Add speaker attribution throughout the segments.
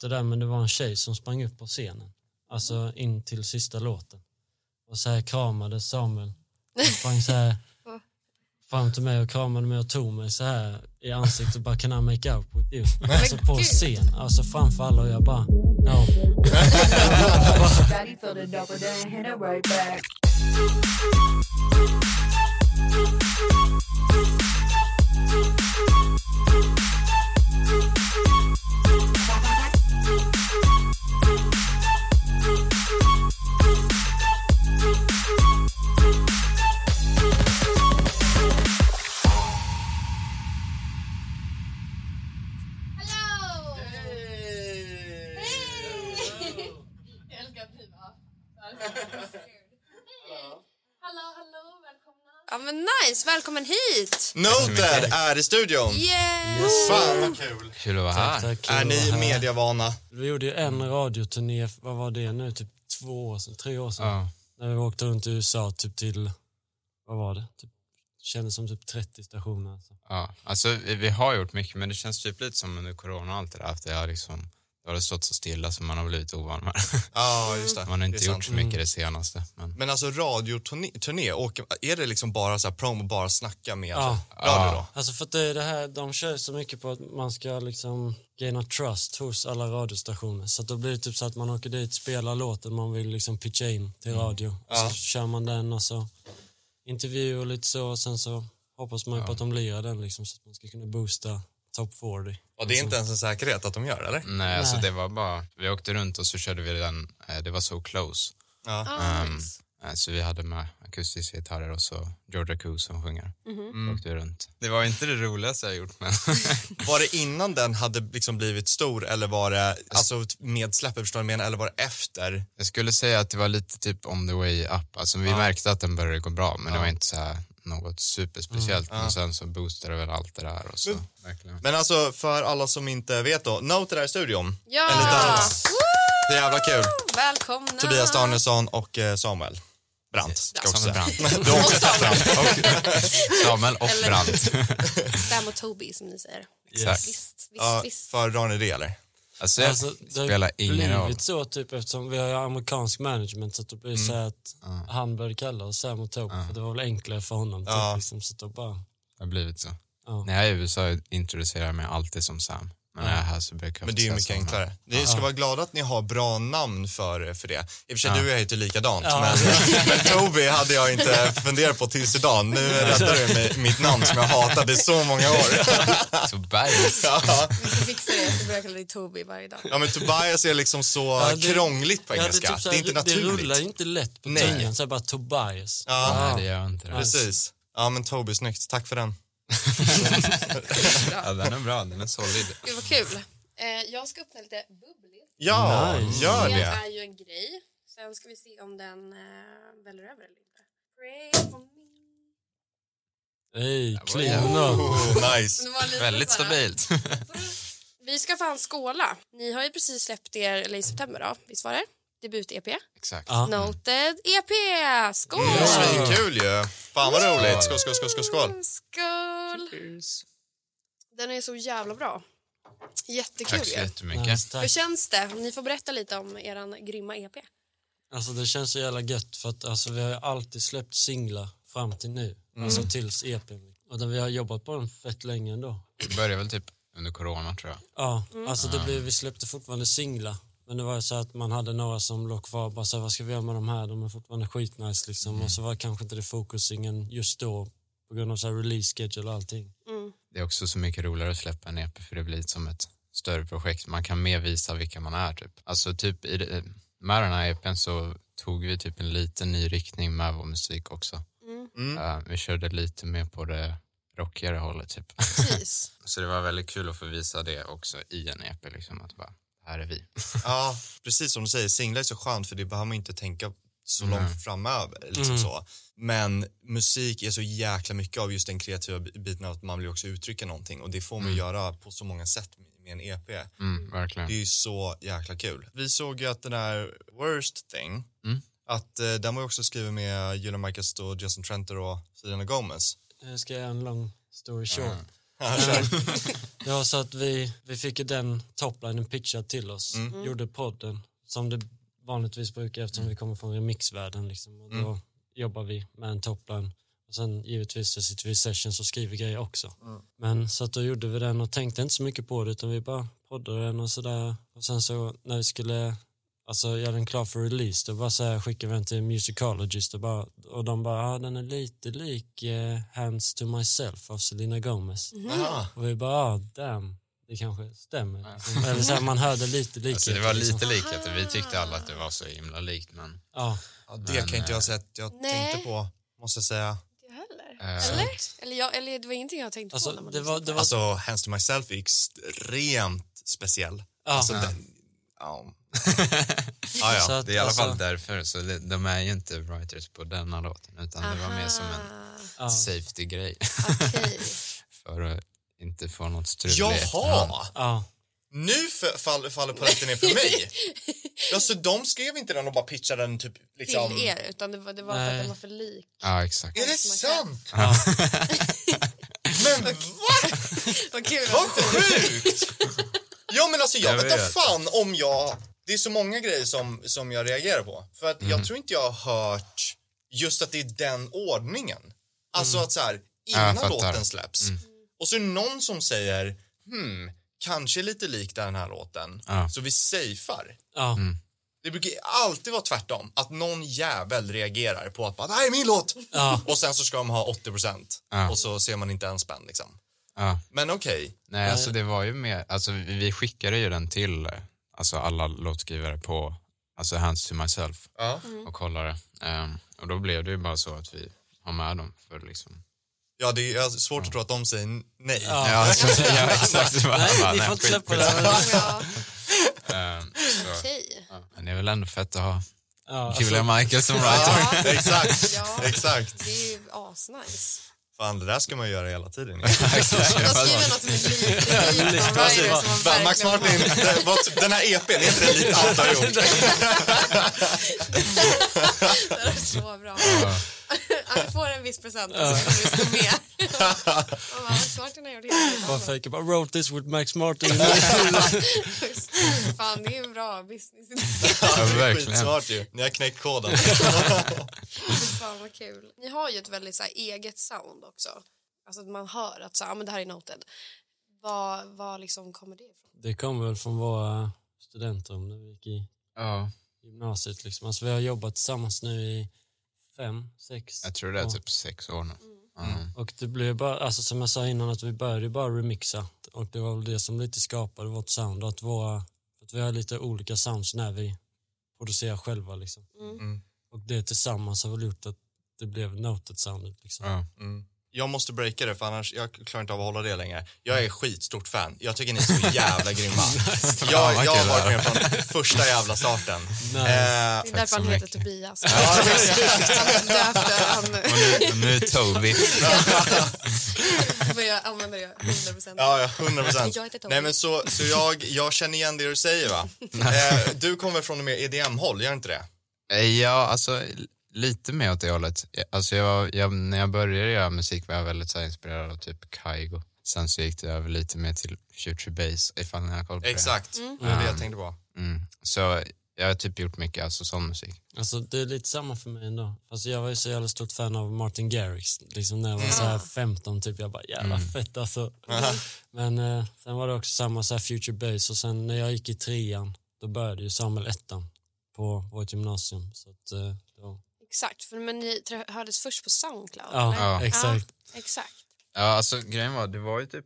Speaker 1: det där men det var en tjej som sprang upp på scenen. Alltså in till sista låten. Och så här kramade Samuel. Han sprang så här fram till mig och kramade mig och tog mig så här i ansiktet och bara can I make out with you? Alltså på
Speaker 2: gud.
Speaker 1: scen, alltså framför alla och jag bara no.
Speaker 3: Daddy filled it up and then hit it right back.
Speaker 2: Hallå!
Speaker 4: Hej!
Speaker 2: Jag älskar att bli va? Alltså, Hej! Hallå, hallå, välkomna! Ja men nice, välkommen hit!
Speaker 4: Noted är i studion.
Speaker 2: Yeah!
Speaker 4: Fan vad kul.
Speaker 5: Kul att vara här.
Speaker 1: Tack, tack,
Speaker 4: Ah, Är
Speaker 1: kul att
Speaker 4: ni
Speaker 1: vara här.
Speaker 4: mediavana?
Speaker 1: Vi gjorde ju en radioturné, vad var det nu, typ två år sedan, tre år sedan.
Speaker 4: Ah.
Speaker 5: Ja.
Speaker 1: När vi åkte runt i USA typ till, vad var det? Typ, kändes som typ 30 stationer. Alltså.
Speaker 5: Ja. Alltså, vi, vi har gjort mycket, men det känns typ lite som under corona och allt det där. Att det har, liksom, det har stått så stilla som man har blivit ovan med.
Speaker 4: Ja, just det.
Speaker 5: Man har
Speaker 4: Det
Speaker 5: inte
Speaker 4: är sant.
Speaker 5: gjort så mycket det senaste. Men,
Speaker 4: Men alltså radioturné, turné, åker- är det liksom bara så här promo, bara snacka med
Speaker 1: Ja.
Speaker 4: radio då?
Speaker 1: Alltså för att det, är det här, de kör så mycket på att man ska liksom gaina trust hos alla radiostationer. Så att då blir det typ så att man åker dit, spelar låten man vill liksom pitcha in till
Speaker 5: Mm.
Speaker 1: radio. Och
Speaker 4: Ja.
Speaker 1: så kör man den och så intervjuer och lite så och sen så hoppas man ju på att de lirar den liksom så att man ska kunna boosta top 40.
Speaker 4: Och det är inte ens en säkerhet att de gör eller?
Speaker 5: nej, alltså
Speaker 1: Nej.
Speaker 5: det var bara... Vi åkte runt och så körde vi den, eh, det var så close.
Speaker 4: Ja.
Speaker 2: Ah,
Speaker 5: Ehm,
Speaker 2: nice.
Speaker 5: eh, Så vi hade med akustiska gitarrer och så Georgia Koo som sjunger.
Speaker 2: Mhm.
Speaker 5: Mm. Åkte vi runt. Det var inte det roligaste jag gjort, men...
Speaker 4: Var det innan den hade liksom blivit stor eller var det alltså med släppet förstår du vad jag menar, eller var det efter?
Speaker 5: Jag skulle säga att det var lite typ on the way up. Alltså, vi märkte att den började gå bra, men det var inte så här något superspeciellt. Men sen så boostade väl allt det där. Och så. Verkligen.
Speaker 4: Men alltså för alla som inte vet då, Noted är i studion.
Speaker 2: Ja!
Speaker 4: Eller dans.
Speaker 2: Woo!
Speaker 4: Det är jävla kul.
Speaker 2: Välkomna!
Speaker 4: Tobias Danielsson och eh, Samuel Brandt. Ska jag också
Speaker 5: Samuel
Speaker 4: säga.
Speaker 5: Brandt.
Speaker 4: Du har också
Speaker 2: Och Samuel.
Speaker 4: Brandt.
Speaker 5: Samuel och Brandt.
Speaker 2: Sam och Toby som ni säger.
Speaker 5: Exakt.
Speaker 2: Visst, visst,
Speaker 4: Ja,
Speaker 2: visst.
Speaker 4: Föredrar ni det eller?
Speaker 5: Alltså, jag
Speaker 1: Alltså, det har
Speaker 5: spelar ingen
Speaker 1: blivit
Speaker 5: roll.
Speaker 1: så typ eftersom vi har ju amerikansk management så att det blir så
Speaker 5: Mm.
Speaker 1: här att han började kalla oss Sam och Toby för det var väl enklare för honom. Typ,
Speaker 4: Ja.
Speaker 1: liksom, så att då bara,
Speaker 5: Det har blivit så.
Speaker 1: Ja.
Speaker 5: När jag är i USA introducerar jag mig alltid som Sam. Men när jag är här så brukar jag
Speaker 4: Men det är ju
Speaker 5: säga
Speaker 4: mycket
Speaker 5: Samuel.
Speaker 4: enklare. Ni ska vara glada att ni har bra namn för, för det. I och för sig, du och jag heter likadant,
Speaker 1: Ja.
Speaker 4: men, men Toby hade jag inte funderat på tills idag. Nu räddar du mig, mitt namn som jag hatade i så många år.
Speaker 5: Tobias.
Speaker 4: Ja,
Speaker 2: Vi ska fixa det, jag ska börja kalla dig Toby varje dag.
Speaker 4: ja men Tobias är liksom så
Speaker 1: det-
Speaker 4: krångligt på
Speaker 1: Ja,
Speaker 4: engelska.
Speaker 1: typ
Speaker 4: det,
Speaker 1: så
Speaker 4: är
Speaker 1: här,
Speaker 4: inte
Speaker 1: Det rullar
Speaker 4: naturligt.
Speaker 1: ju inte lätt på
Speaker 4: Nej.
Speaker 1: tungan, så här bara Tobias.
Speaker 4: Ja,
Speaker 5: Nej, det gör jag inte. Det.
Speaker 4: precis. Ja, men Toby, snyggt. Tack för den.
Speaker 5: Ja, den är bra, den är solid.
Speaker 2: Gud vad kul. Eh, jag ska öppna lite bubbligt.
Speaker 4: Ja,
Speaker 1: Nice.
Speaker 4: gör
Speaker 2: Det
Speaker 4: det.
Speaker 2: är ju en grej. Sen ska vi se om den eh, väller över eller inte. Pray for me.
Speaker 1: Hej,
Speaker 5: var ju-
Speaker 1: clean up.
Speaker 4: Oh, nice.
Speaker 2: Det var lite
Speaker 5: Väldigt
Speaker 2: så här-
Speaker 5: stabilt.
Speaker 2: Vi ska fan skåla. Ni har ju precis släppt er, eller i september då, visst var det? Debut-EP.
Speaker 5: Exakt.
Speaker 1: Ja.
Speaker 2: Noted EP! Skål!
Speaker 4: Mm, Svinkul ju. Fan vad roligt. Skål, skål, skål, skål. skål.
Speaker 2: Skål! Den är så jävla bra. Jättekul
Speaker 5: Tack så
Speaker 2: ju.
Speaker 5: jättemycket.
Speaker 1: Nice, tack.
Speaker 2: Hur känns det? Ni får berätta lite om er grymma E EP.
Speaker 1: Alltså det känns så jävla gött för att alltså, vi har ju alltid släppt singlar fram till nu.
Speaker 4: Mm.
Speaker 1: Alltså tills EPn. Och där vi har jobbat på den fett länge ändå.
Speaker 5: Det började väl typ under corona tror jag.
Speaker 1: Ja, alltså det blev, vi släppte fortfarande singlar. Men det var ju så att man hade några som låg kvar och bara så här, vad ska vi göra med de här? De är fortfarande skitnice liksom.
Speaker 4: Mm.
Speaker 1: Och så var kanske inte det fokusingen just då på grund av så här release schedule och allting.
Speaker 5: Det är också så mycket roligare att släppa en EP för det blir som ett större projekt. Man kan mer visa vilka man är typ. Alltså typ i det, med den här EPn så tog vi typ en liten ny riktning med vår musik också. Eh, vi körde lite mer på det rockigare hållet typ.
Speaker 2: Precis.
Speaker 5: Så det var väldigt kul att få visa det också i en EP liksom att bara, här är vi.
Speaker 4: Ja, precis som du säger, singlar är så skönt för det behöver man inte tänka så långt framöver. Liksom så. Men musik är så jäkla mycket av just den kreativa bi- biten av att man vill också uttrycka någonting och det får man ju göra på så många sätt med en EP.
Speaker 5: Mm, verkligen.
Speaker 4: Det är ju så jäkla kul. Vi såg ju att den här Worst Thing,
Speaker 5: Mm. att
Speaker 4: eh, den var ju också skriven med Julia Michaels och Justin Trenter och Selena Gomez.
Speaker 1: Jag ska göra en lång story short.
Speaker 4: Ja, kör.
Speaker 1: Ja, så att vi, vi fick ju den toplinen pitchad till oss,
Speaker 4: Mm.
Speaker 1: gjorde podden som det vanligtvis brukar eftersom vi kommer från remixvärlden liksom. Och då jobbar vi med en topline. Och sen givetvis så sitter vi i sessions och skriver grejer också. Men så att då gjorde vi den och tänkte inte så mycket på det utan vi bara poddade den och sådär. Och sen så när vi skulle alltså, göra den klar för release då bara så här, skickade vi den till musicologist och, bara, och de bara, ah, den är lite lik eh, Hands to myself av Selena Gomez.
Speaker 4: Aha.
Speaker 1: Och vi bara, ah, damn, det kanske stämmer. Liksom. Eller så här, man hörde lite likheter.
Speaker 5: Alltså, det var
Speaker 1: liksom.
Speaker 5: lite likheter. Vi tyckte alla att det var så himla likt, men...
Speaker 1: Ja,
Speaker 4: Ja, det
Speaker 5: Men,
Speaker 4: kan inte
Speaker 5: eh,
Speaker 4: jag säga att jag
Speaker 2: nej.
Speaker 4: tänkte på, måste jag säga.
Speaker 2: Jag heller.
Speaker 5: eh,
Speaker 2: Eller? Eller, jag, eller det var ingenting jag tänkte
Speaker 1: Alltså,
Speaker 2: på. när man
Speaker 1: det var-
Speaker 2: lyssnade
Speaker 1: det
Speaker 2: på
Speaker 1: var-
Speaker 4: Alltså, Hands to myself är extremt speciell.
Speaker 1: ja.
Speaker 4: Alltså,
Speaker 5: Ja.
Speaker 4: den, ja.
Speaker 5: Ja,
Speaker 1: Så
Speaker 5: ja,
Speaker 1: att,
Speaker 5: det är i alla fall
Speaker 1: alltså-
Speaker 5: därför. Så det, de är ju inte writers på denna låten utan det var mer som en
Speaker 1: ja.
Speaker 5: safety-grej
Speaker 2: Okej.
Speaker 5: för att inte få något strul i efterhand.
Speaker 4: Jaha!
Speaker 1: Ja.
Speaker 4: Nu f- fall, faller polletten ner för mig. ja, så de skrev inte den och bara pitchade den typ liksom...
Speaker 2: Till
Speaker 1: E-
Speaker 2: er, utan det var, det var för att
Speaker 1: Nej.
Speaker 2: den var för lik.
Speaker 5: Ja, exakt.
Speaker 4: Är det sant?
Speaker 1: Ja.
Speaker 4: Men vad
Speaker 2: Vad kul.
Speaker 4: Vad sjukt! Ja men alltså jag,
Speaker 5: Jag
Speaker 4: vet inte
Speaker 5: vet.
Speaker 4: fan om jag... Det är så många grejer som, som jag reagerar på. För att
Speaker 5: Mm.
Speaker 4: jag tror inte jag har hört just att det är den ordningen. Alltså att så här, innan
Speaker 5: Mm. jag fattar. Mm.
Speaker 4: låten släpps. Och så är det någon som säger, hmm, kanske lite lik den här låten.
Speaker 5: Ja.
Speaker 4: Så vi safear.
Speaker 1: Ja.
Speaker 5: Mm.
Speaker 4: Det brukar alltid vara tvärtom. Att någon jävel reagerar på att bara, det här är min låt!
Speaker 1: Ja.
Speaker 4: Och sen så ska de ha 80 procent.
Speaker 5: Ja.
Speaker 4: Och så ser man inte en spänn liksom.
Speaker 5: Ja.
Speaker 4: Men okej.
Speaker 5: Nej, alltså det var ju mer, alltså vi vi skickade ju den till alltså, alla låtskrivare på alltså Hands to myself
Speaker 4: Ja.
Speaker 5: och kollade. Ehm, och då blev det ju bara så att vi har med dem för liksom...
Speaker 4: Ja, det är alltså svårt att tro att de säger n- nej.
Speaker 1: Ja.
Speaker 5: Ja, alltså, ja exakt. Det var- bara,
Speaker 1: Nej, ni får inte
Speaker 5: skit-
Speaker 1: släppa
Speaker 5: skit-
Speaker 1: det.
Speaker 2: Ja,
Speaker 5: Ehm, så,
Speaker 2: okej.
Speaker 5: ja. Men det är väl ändå fett att ha
Speaker 1: Ja,
Speaker 5: Julia
Speaker 1: alltså,
Speaker 5: Michael som writer.
Speaker 4: Ja, exakt.
Speaker 2: Ja.
Speaker 4: Exakt.
Speaker 2: Det är ju asnice.
Speaker 4: Fan, det där ska man göra hela tiden.
Speaker 2: Jag skriver något som är lite likt någon writer som man
Speaker 4: Va, Max
Speaker 2: verkligen-
Speaker 4: Martin, det- vad- den här EPn, är inte den lite allt du har gjort?
Speaker 2: Det är så bra. Han får en viss procent alltså, och så kommer det stå med. Och bara, Max Martin har gjort
Speaker 1: bara
Speaker 2: helt
Speaker 1: fejka, bara wrote this with Max Martin.
Speaker 2: rätt. Fan, det är en bra business.
Speaker 5: Ja,
Speaker 4: Det är
Speaker 5: verkligen.
Speaker 4: skitsmart ju. Ni har knäckt koden.
Speaker 2: Fan vad kul. Ni har ju ett väldigt så här, eget sound också. Alltså att man hör att så här, "Ah, men det här är noted. Vad, vad liksom kommer det ifrån?
Speaker 1: Det kommer väl från våra studenter när vi gick i
Speaker 5: Ja,
Speaker 1: gymnasiet. Liksom. Alltså, vi har jobbat tillsammans nu i fem, sex
Speaker 5: jag tror det är
Speaker 1: år.
Speaker 5: typ sex år nu. Ja.
Speaker 1: Och det blev bara, alltså, som jag sa innan, att vi började bara remixa. Och det var väl det som lite skapade vårt sound. Att, våra, att vi har lite olika sounds när vi producerar själva. Liksom.
Speaker 2: Mm.
Speaker 4: Mm.
Speaker 1: Och det tillsammans har väl gjort att det blev noted soundet. Liksom.
Speaker 5: Ja.
Speaker 4: Mm. Jag måste breaka det, för annars jag klarar inte av att hålla det längre. Jag är skitstort fan. Jag tycker ni är så jävla grymma. Jag, jag har varit med från första jävla starten. Eh,
Speaker 2: Det är
Speaker 5: Tack
Speaker 2: därför
Speaker 5: så
Speaker 2: han heter
Speaker 5: mycket.
Speaker 2: Tobias.
Speaker 4: ja,
Speaker 2: Han döpte han.
Speaker 5: Och nu, och nu är Toby.
Speaker 2: Men jag använder det 100 procent.
Speaker 4: Ja, ja, 100 procent.
Speaker 2: Jag heter Tommy.
Speaker 4: Nej, men så, så jag, jag känner igen det du säger, va? eh, du kommer från och med EDM-håll, gör inte det?
Speaker 5: Eh, Ja, alltså lite mer åt det hållet. Alltså, jag, jag, när jag började göra musik var jag väldigt så här, inspirerad av typ Kaigo. Sen så gick det över lite mer till Future Bass ifall ni har koll på
Speaker 4: Exakt,
Speaker 2: Mm.
Speaker 4: det är det jag tänkte på.
Speaker 5: det. Mm. Så jag har typ gjort mycket alltså, sån musik.
Speaker 1: Alltså, det är lite samma för mig ändå. Fast jag var ju så jävla stort fan av Martin Garrix. Liksom när jag
Speaker 5: Mm.
Speaker 1: var så här 15 typ, jag bara jävla fett alltså. Men eh, sen var det också samma så här Future Bass och sen när jag gick i trean då började ju Samuel ettan på vårt gymnasium. Så att, eh, då,
Speaker 2: Exakt, för, men ni trö- hördes först på Soundcloud?
Speaker 1: ja,
Speaker 2: eller?
Speaker 5: Ja.
Speaker 1: exakt.
Speaker 2: Ja, exakt.
Speaker 5: Ja, alltså grejen var, det var ju typ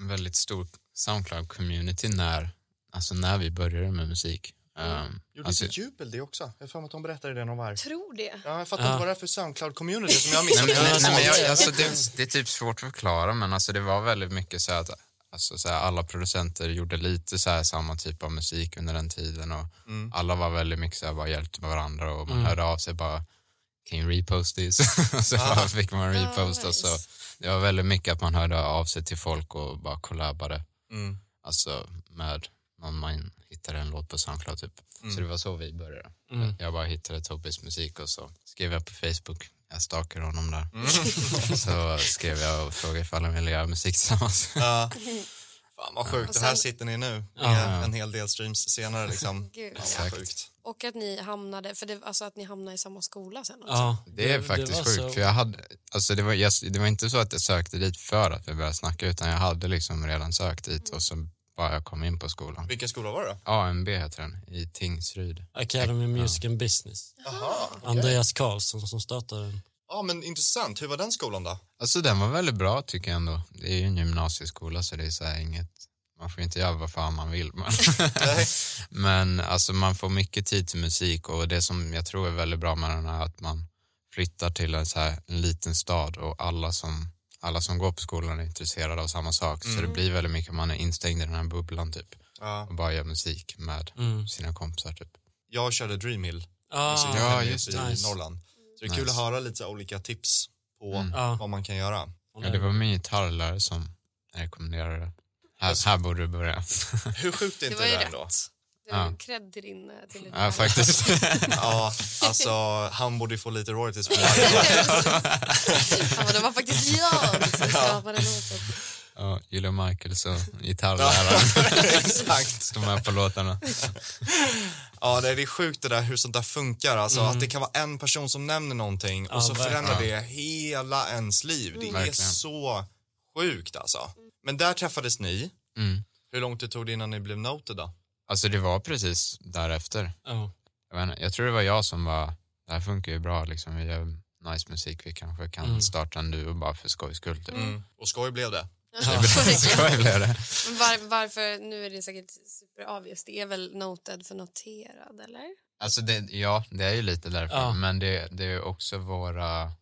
Speaker 5: en väldigt stor Soundcloud-community när, alltså, när vi började med musik. Um,
Speaker 4: Mm. Gjorde
Speaker 5: alltså,
Speaker 4: inte jubel det också? Jag har för mig att de berättade det någon var.
Speaker 2: Tror det.
Speaker 4: Ja, jag fattar
Speaker 1: Ja.
Speaker 4: inte vad det är för Soundcloud-community som jag missar.
Speaker 5: Nej, men, nej, men jag,
Speaker 1: smart.
Speaker 5: alltså, det, det är typ svårt att förklara men alltså, det var väldigt mycket så här att alltså, så här, alla producenter gjorde lite så här, samma typ av musik under den tiden och alla var väldigt mycket så här, bara hjälpte varandra och man hörde av sig bara kan you repost this? och så bara fick man repost och så
Speaker 2: nice.
Speaker 5: det var väldigt mycket att man hörde av sig till folk och bara collabade
Speaker 4: Mm.
Speaker 5: alltså med någon man hittade en låt på Mm. Soundcloud typ. Så det var så vi började. Jag bara hittade Tobbys musik och så skrev jag på Facebook, Jag stalkade honom där. Så skrev jag och frågade ifall han ville göra musik tillsammans.
Speaker 4: Ja. Fan vad sjukt,
Speaker 2: Och
Speaker 4: och här
Speaker 2: sen-
Speaker 4: sitter ni nu
Speaker 1: Ja.
Speaker 4: med en hel del streams senare liksom.
Speaker 2: Gud,
Speaker 4: Ja,
Speaker 5: Exakt.
Speaker 4: sjukt.
Speaker 2: Och att ni hamnade, för det, alltså att ni hamnade i samma skola sen också.
Speaker 1: Ja,
Speaker 5: Det är faktiskt
Speaker 1: var
Speaker 5: sjukt,
Speaker 1: så-
Speaker 5: för jag hade, alltså det var, jag, det var inte så att jag sökte dit för att vi började snacka, utan jag hade liksom redan sökt
Speaker 1: Mm.
Speaker 5: dit och så bara jag kom in på skolan.
Speaker 4: Vilken skola var det?
Speaker 5: AMB heter den, i Tingsryd.
Speaker 1: Academy of Music and Business.
Speaker 4: Jaha,
Speaker 1: Andreas Karlsson som startade den.
Speaker 4: ja men intressant. Hur var den skolan då?
Speaker 5: Alltså den var väldigt bra tycker jag ändå. Det är ju en gymnasieskola så det är så här inget, man får inte göra vad fan man vill. Men,
Speaker 4: Nej.
Speaker 5: men alltså man får mycket tid till musik och det som jag tror är väldigt bra med den är att man flyttar till en, så här, en liten stad och alla som, alla som går på skolan är intresserade av samma sak. Så det blir väldigt mycket, man är instängd i den här bubblan typ
Speaker 4: Ja,
Speaker 5: och bara gör musik med
Speaker 1: Mm.
Speaker 5: sina kompisar typ.
Speaker 4: jag körde Dreamhill
Speaker 1: Ah,
Speaker 5: Ja,
Speaker 4: ja,
Speaker 5: just
Speaker 4: just i
Speaker 1: det. Nice.
Speaker 4: Norrland. Så det är
Speaker 5: Nice.
Speaker 4: kul att höra lite så här olika tips på
Speaker 1: Ja.
Speaker 4: vad man kan göra.
Speaker 5: Ja, det var min gitarrlärare som rekommenderade det. Här, här borde du börja.
Speaker 4: Hur sjukt
Speaker 2: Det
Speaker 4: är inte
Speaker 2: var ju
Speaker 4: det
Speaker 2: rätt.
Speaker 4: ändå?
Speaker 2: Det var
Speaker 5: Ja.
Speaker 2: cred till din... eh, Till din
Speaker 5: ja faktiskt.
Speaker 4: Ja, alltså han borde ju få lite royalties på det här.
Speaker 2: Ja, men det var faktiskt jag som skapade låten.
Speaker 5: Ja, Julia Michaels och gitarrläraren
Speaker 4: Exakt.
Speaker 5: står med på låtarna.
Speaker 4: Ja, det är sjukt det där hur sånt där funkar. Alltså
Speaker 5: Mm.
Speaker 4: att det kan vara en person som nämner någonting och
Speaker 1: Ja,
Speaker 4: så
Speaker 1: verkligen.
Speaker 4: förändrar det hela ens liv. Det är
Speaker 5: Verkligen.
Speaker 4: så sjukt alltså. Men där träffades ni.
Speaker 5: Mm.
Speaker 4: Hur långt det tog det innan ni blev noted då?
Speaker 5: Alltså det var precis därefter.
Speaker 1: Ja.
Speaker 5: Jag, vet, inte, jag tror det var jag som var, det här funkar ju bra liksom, vi gör nice musik, vi kanske kan
Speaker 1: Mm.
Speaker 5: starta en duo bara för skojs skull. Typ.
Speaker 2: Mm.
Speaker 4: Mm. Och skoj blev det.
Speaker 5: Skoj blev det.
Speaker 2: Men var, varför, nu är det säkert superobvious, det är väl noted för noterad eller?
Speaker 5: Alltså det, ja, det är ju lite därför,
Speaker 1: Ja.
Speaker 5: men det, det är ju också våra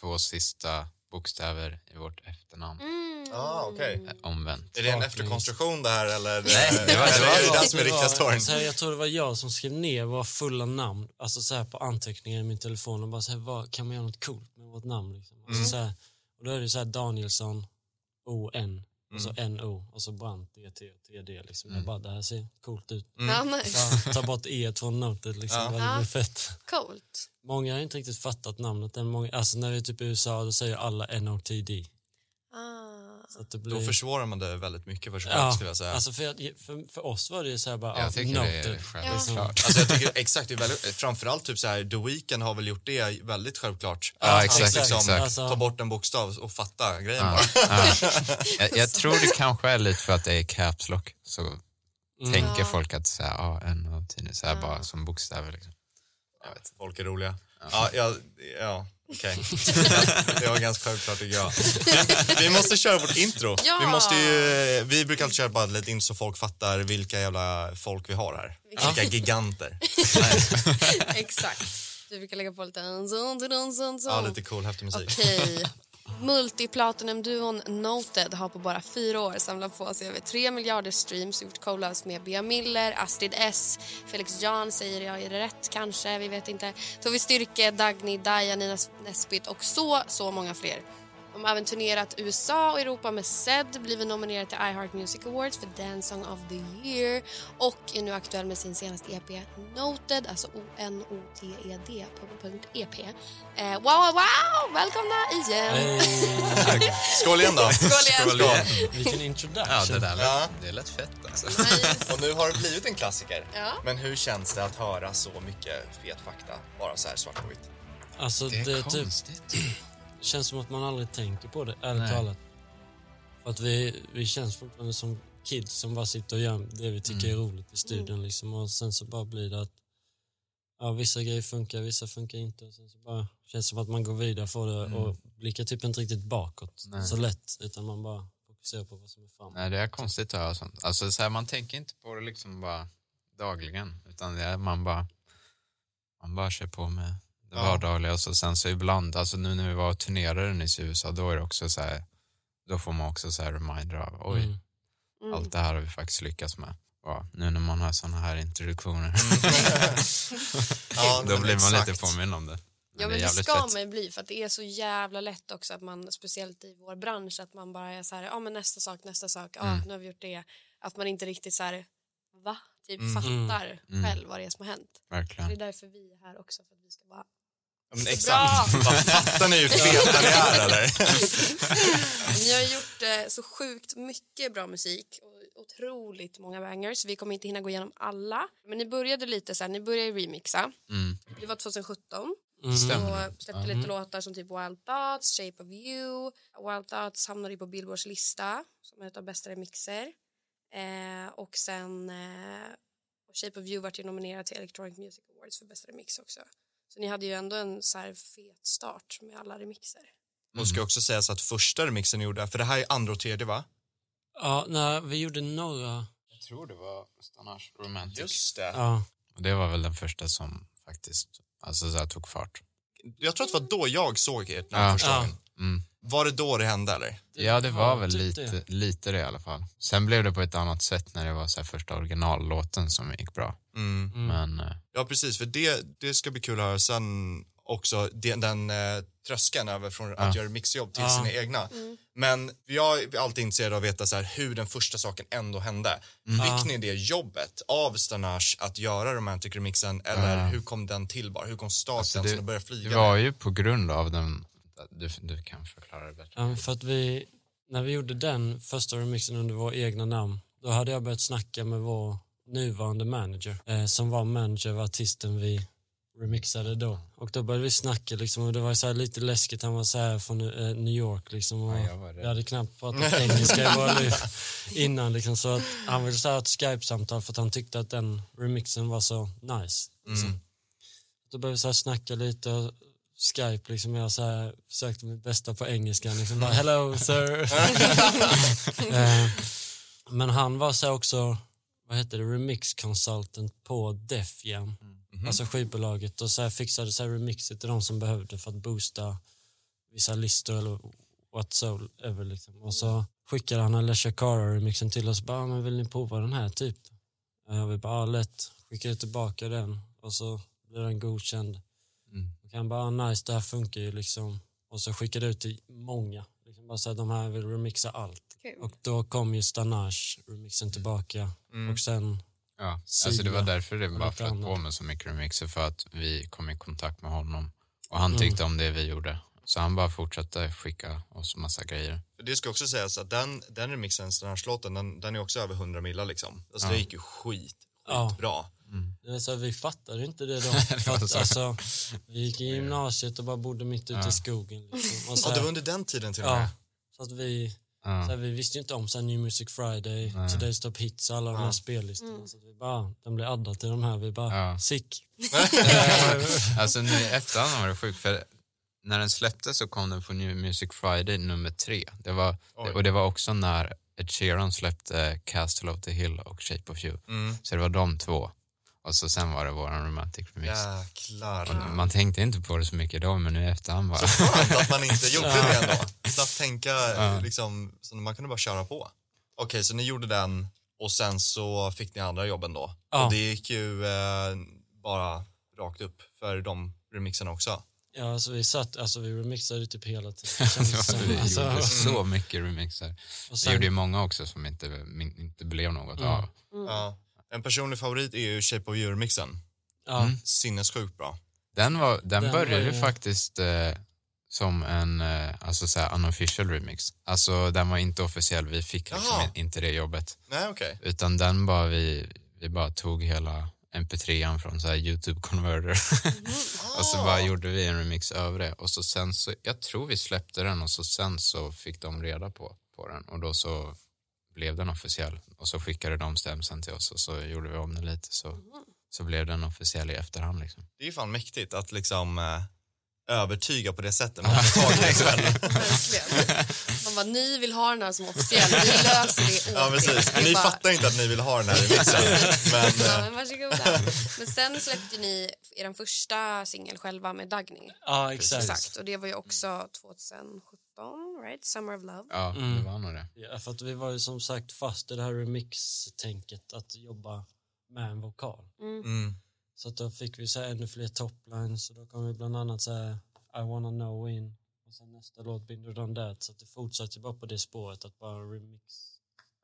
Speaker 5: två sista bokstäver i vårt efternamn,
Speaker 4: Ja, ah, okej.
Speaker 1: Mm.
Speaker 5: omvänt.
Speaker 4: Är det en
Speaker 1: Ja,
Speaker 4: efterkonstruktion det här eller?
Speaker 5: Nej, det var- Alltså, det
Speaker 4: eller
Speaker 5: var-
Speaker 4: är det den som är
Speaker 1: Det var-
Speaker 4: riktiga storyn?
Speaker 1: Så här, jag tror det var jag som skrev ner våra fulla namn, alltså så här på anteckningar i min telefon och bara så här, vad, kan man göra något coolt med vårt namn? Liksom? Alltså,
Speaker 4: Mm.
Speaker 1: så här, och då är det så här Danielsson, O-N, och
Speaker 4: Mm.
Speaker 1: så N-O, och så E Brandt, D-T och T-D. Liksom. Jag bara, det här ser coolt ut.
Speaker 2: Ja, nice.
Speaker 1: Ja, Ta bort E från notet liksom,
Speaker 4: Mm. Ja.
Speaker 1: ja. det
Speaker 2: Ja.
Speaker 1: blir fett.
Speaker 2: Coolt.
Speaker 1: Många har inte riktigt fattat namnet än. Många, alltså när vi är typ i USA, då säger alla NOTD.
Speaker 2: Ah.
Speaker 1: Så att det blir...
Speaker 4: Då försvårar man det väldigt mycket för sig själv
Speaker 1: ja,
Speaker 4: skulle jag säga.
Speaker 1: alltså för, jag- för, för oss var det ju så här bara,
Speaker 5: Jag tycker det är
Speaker 1: noted.
Speaker 5: självklart.
Speaker 4: Alltså jag tycker exakt, det är väldigt, framförallt typ så här, The Weeknd har väl gjort det väldigt självklart.
Speaker 5: Ja,
Speaker 4: Att han
Speaker 5: exakt, exakt.
Speaker 1: Alltså-
Speaker 4: Ta bort en bokstav och fatta grejen
Speaker 5: Ja,
Speaker 4: bara.
Speaker 5: ja. Jag, jag tror det kanske är lite för att det är caps lock. Så tänker
Speaker 2: Ja.
Speaker 5: folk att så här, ah, en av tio, så här bara som bokstäver. Liksom.
Speaker 4: Jag vet, folk är roliga. Ja, ja, ja okej. det var ganska självklart tycker jag. Vi måste köra vårt intro.
Speaker 2: Ja.
Speaker 4: Vi, måste ju, vi brukar alltid köra bara lite in så folk fattar vilka jävla folk vi har här. Vilka giganter.
Speaker 2: Exakt. Du brukar lägga på lite en sån, en sån, en
Speaker 4: Ja,
Speaker 2: sån.
Speaker 4: lite cool, häftig musik.
Speaker 2: Okej. Multiplatinum-duon Noted har på bara fyra år samlat på sig över tre miljarder streams och gjort collabs med Bea Miller, Astrid S, Felix Jan säger jag är det rätt kanske, vi vet inte, Tove Styrke, Dagny, Daja, Nina Nesbitt och så, så många fler. De har även turnerat USA och Europa med Zed, blivit nominerad till iHeart Music Awards för Dance Song of the Year och är nu aktuell med sin senaste EP Noted, alltså O-N-O-T-E-D, .ep. Eh, wow, wow, wow! Välkomna igen!
Speaker 1: Hey,
Speaker 4: Skål igen då.
Speaker 2: Skål igen.
Speaker 1: Eh, vilken introduction.
Speaker 5: Ja, det där lät,
Speaker 4: Ja.
Speaker 5: det lät fett alltså.
Speaker 2: Nice.
Speaker 4: Och nu har det blivit en klassiker.
Speaker 2: Ja.
Speaker 4: Men hur känns det att höra så mycket fet fakta, bara så här svart och vitt?
Speaker 1: Alltså,
Speaker 5: Det är
Speaker 1: det typ,
Speaker 5: konstigt.
Speaker 1: känns som att man aldrig tänker på det, ärligt
Speaker 5: Nej.
Speaker 1: talat. För att vi, vi känns fortfarande som kids som bara sitter och gör det vi tycker
Speaker 5: Mm.
Speaker 1: är roligt i studion. Liksom. Och sen så bara blir det att ja, vissa grejer funkar, vissa funkar inte. Och sen så bara känns det som att man går vidare för det och blickar typ inte riktigt bakåt
Speaker 5: Mm. Nej.
Speaker 1: så lätt. Utan man bara fokuserar på vad som är framåt.
Speaker 5: Nej, det är konstigt att höra sånt. Alltså, så här, man tänker inte på det liksom bara dagligen, utan det är, man bara man bara kör på med det
Speaker 4: Ja.
Speaker 5: vardagliga. Och så, sen så ibland, alltså nu när vi var och turnerade nyss i USA, då är det också så här, då får man också så här reminder av, oj,
Speaker 1: Mm.
Speaker 2: Mm.
Speaker 5: allt det här har vi faktiskt lyckats med. Ja, nu när man har såna här introduktioner,
Speaker 4: Ja,
Speaker 5: då
Speaker 4: men
Speaker 5: blir man
Speaker 4: exakt.
Speaker 5: lite påmind om det.
Speaker 2: Ja, men
Speaker 5: det är
Speaker 2: det
Speaker 5: jävligt
Speaker 2: ska
Speaker 5: fett.
Speaker 2: man bli för att det är så jävla lätt också att man, speciellt i vår bransch, att man bara är så här, ja men nästa sak, nästa sak, ja
Speaker 5: Mm.
Speaker 2: nu har vi gjort det. Att man inte riktigt så här, va?
Speaker 5: Mm.
Speaker 2: Typ fattar själv vad det är som har hänt. Det är
Speaker 5: Verkligen.
Speaker 2: därför vi är här också, för att vi ska bara
Speaker 4: Ja, men
Speaker 2: Så
Speaker 4: exakt.
Speaker 2: bra.
Speaker 4: Vad fattar ni hur feta ni är eller?
Speaker 2: Ni har gjort eh, så sjukt mycket bra musik och otroligt många bangers. Vi kommer inte hinna gå igenom alla. Men ni började lite så här, ni började remixa.
Speaker 5: Mm.
Speaker 2: Det var 2017.
Speaker 1: Mm.
Speaker 5: Stämmer. nog.
Speaker 2: Och släppte lite låtar som typ Wild Thoughts, Shape of You. Wild Thoughts hamnade ju på Billboards lista som en av bästa remixer. Eh, och sen eh, och Shape of You vart ju nominerad till Electronic Music Awards för bästa remix också. Så ni hade ju ändå en så här fet start med alla remixer.
Speaker 4: Och ska också sägas att första remixen ni gjorde, för det här är andra och tredje va?
Speaker 1: Ja, nej, vi gjorde några.
Speaker 5: Jag tror det var Stannars Romantic.
Speaker 4: det.
Speaker 1: Ja.
Speaker 5: Och det var väl den första som faktiskt alltså, så här, tog fart.
Speaker 4: Jag tror att det var då jag såg er den
Speaker 5: Ja.
Speaker 4: första
Speaker 1: Ja.
Speaker 4: gången.
Speaker 5: Mm.
Speaker 4: Var det då det hände eller?
Speaker 5: Ja, det var väl
Speaker 1: typ
Speaker 5: lite
Speaker 1: det.
Speaker 5: lite det i alla fall. Sen blev det på ett annat sätt när det var så här, första originallåten som gick bra.
Speaker 4: Mm.
Speaker 1: Mm.
Speaker 5: Men eh,
Speaker 4: Ja, precis. För det, det ska bli kul att höra sen också den, den eh, tröskeln över från att göra mixjobb till
Speaker 1: Ja.
Speaker 4: sina egna. Men jag är alltid intresserad av att veta så här, hur den första saken ändå hände.
Speaker 1: Mm.
Speaker 4: Fick ni det jobbet av Stanash att göra Romantic Remixen eller hur kom den till bara? Hur kom
Speaker 1: Alltså,
Speaker 4: starten
Speaker 5: det-
Speaker 4: till att börja
Speaker 5: det
Speaker 4: flyga?
Speaker 5: var ju på grund av den... Du, du kan förklara det bättre.
Speaker 1: Ja, men för att vi, när vi gjorde den första remixen under våra egna namn, då hade jag börjat snacka med vår nuvarande manager, eh, som var manager av artisten vi remixade då. Och då började vi snacka liksom, och det var så här lite läskigt, han var så här från eh, New York liksom. Och
Speaker 5: Ja, jag var rädd.
Speaker 1: vi hade knappt pratat engelska i våra liv innan liksom, så att han ville så här ha ett Skype-samtal för att han tyckte att den remixen var så nice. Liksom.
Speaker 5: Mm.
Speaker 1: Då började vi så här snacka lite och Skype liksom, jag så här, försökte mitt bästa på engelska liksom, bara hello sir. Eh, Men han var så här också, vad heter det, remix consultant på Def Jam, alltså skivbolaget och så här fixade så här remixer till de som behövde för att boosta vissa listor eller whatsoever liksom. Och så skickade han Alessia Cara-remixen till oss, bara, "Ah, men vill ni prova den här typ? Eh, Och vi bara, "Ah, lätt, skickade tillbaka den och så blev den godkänd.
Speaker 5: Mm.
Speaker 1: Och han bara, "Ah, nice, det här funkar ju liksom. Och så skickade jag ut till många. Liksom bara så här, de här vill remixa allt.
Speaker 2: Kul.
Speaker 1: Och då kom ju Stanash-remixen tillbaka. Och sen,
Speaker 5: Ja, alltså det var
Speaker 1: Sida
Speaker 5: därför det bara
Speaker 1: lite
Speaker 5: flöt på
Speaker 1: annat.
Speaker 5: med så mycket remixer för att vi kom i kontakt med honom och han
Speaker 1: Mm.
Speaker 5: tyckte om det vi gjorde. Så han bara fortsatte skicka oss massa grejer.
Speaker 4: För Det ska också sägas att den, den remixen, Stanash-låten, den, den är också över 100 millar liksom. Alltså det gick ju skit,
Speaker 1: Ja.
Speaker 4: skitbra.
Speaker 1: det är så här, vi fattade inte det då. För att, alltså, vi gick i gymnasiet och bara bodde mitt ute i skogen. Liksom. Och så
Speaker 4: Ja, det
Speaker 1: här,
Speaker 4: var under den tiden till och med.
Speaker 1: ja, så att vi,
Speaker 5: Ja.
Speaker 1: så här, vi visste ju inte om så här, New Music Friday, Today's Top Hits, alla de här spellistorna. Så att vi bara, den blev addad till de här. Vi bara,
Speaker 5: Ja.
Speaker 1: sick.
Speaker 5: Alltså nu i efterhand var det sjukt för när den släpptes så kom den på New Music Friday nummer tre. Det var,
Speaker 4: Oj.
Speaker 5: och det var också när Ed Sheeran släppte Castle of the Hill och Shape of You.
Speaker 1: Mm.
Speaker 5: Så det var de två. Och så sen var det våran romantic remix.
Speaker 4: Jäklar.
Speaker 5: Man tänkte inte på det så mycket då men nu i efterhand bara.
Speaker 4: skönt att man inte gjorde det ändå. Slapp tänka, liksom, så man kunde bara köra på. Okej, så ni gjorde den och sen så fick ni andra jobben då.
Speaker 1: Ja.
Speaker 4: Och det gick ju eh, bara rakt upp för de remixerna också.
Speaker 1: Ja, alltså, vi satt, alltså vi remixade typ hela tiden. kändes
Speaker 5: Det
Speaker 1: som.
Speaker 5: var- Vi gjorde
Speaker 1: Alltså,
Speaker 5: så mycket remixer.
Speaker 1: och
Speaker 5: Det gjorde
Speaker 1: sen, Mm.
Speaker 5: ju många också som inte, min- inte blev något av.
Speaker 4: Ja. En personlig favorit är ju Shape of You-remixen.
Speaker 1: ja,
Speaker 5: Mm.
Speaker 4: Sinnessjukt bra.
Speaker 5: Den, var, den,
Speaker 1: Den
Speaker 5: började
Speaker 1: var ju-
Speaker 5: faktiskt eh, som en eh, alltså så här unofficial remix. Alltså den var inte officiell, vi fick liksom
Speaker 4: Jaha.
Speaker 5: inte det jobbet.
Speaker 4: Nej, okej.
Speaker 5: Utan den bara vi, vi bara tog hela mp3an från så här youtube converter och
Speaker 2: Alltså,
Speaker 5: så
Speaker 4: Ah.
Speaker 5: bara gjorde vi en remix över det och så sen så, jag tror vi släppte den och så sen så fick de reda på, på den och då så blev den officiell och så skickade de stämsen till oss och så gjorde vi om den lite så,
Speaker 4: Mm.
Speaker 5: så blev den officiell i efterhand liksom.
Speaker 4: Det är ju fan mäktigt att liksom eh, övertyga på det sättet. Man får tag i det själv.
Speaker 2: Verkligen. Man bara, ni vill ha den här som officiell, vi löser det åt
Speaker 4: Ja, precis.
Speaker 2: er. Det är
Speaker 4: Ni
Speaker 2: bara-
Speaker 4: fattar inte att ni vill ha den här remixen. Men,
Speaker 2: Ja,
Speaker 4: eh,
Speaker 2: men varsågoda. Men sen släppte ni er första singel själva med Dagny.
Speaker 1: ja, exakt.
Speaker 2: Exakt. Och det var ju också 2017, right? Summer of Love.
Speaker 5: Ja, det var nog det.
Speaker 1: Ja, för att vi var ju som sagt fast i det här remix-tänket att jobba med en vokal.
Speaker 4: mm.
Speaker 1: Så att då fick vi så här ännu fler toplines och då kom vi bland annat så här I wanna know in och sen nästa låt Binder on that så att det fortsatte ju bara på det spåret att bara remix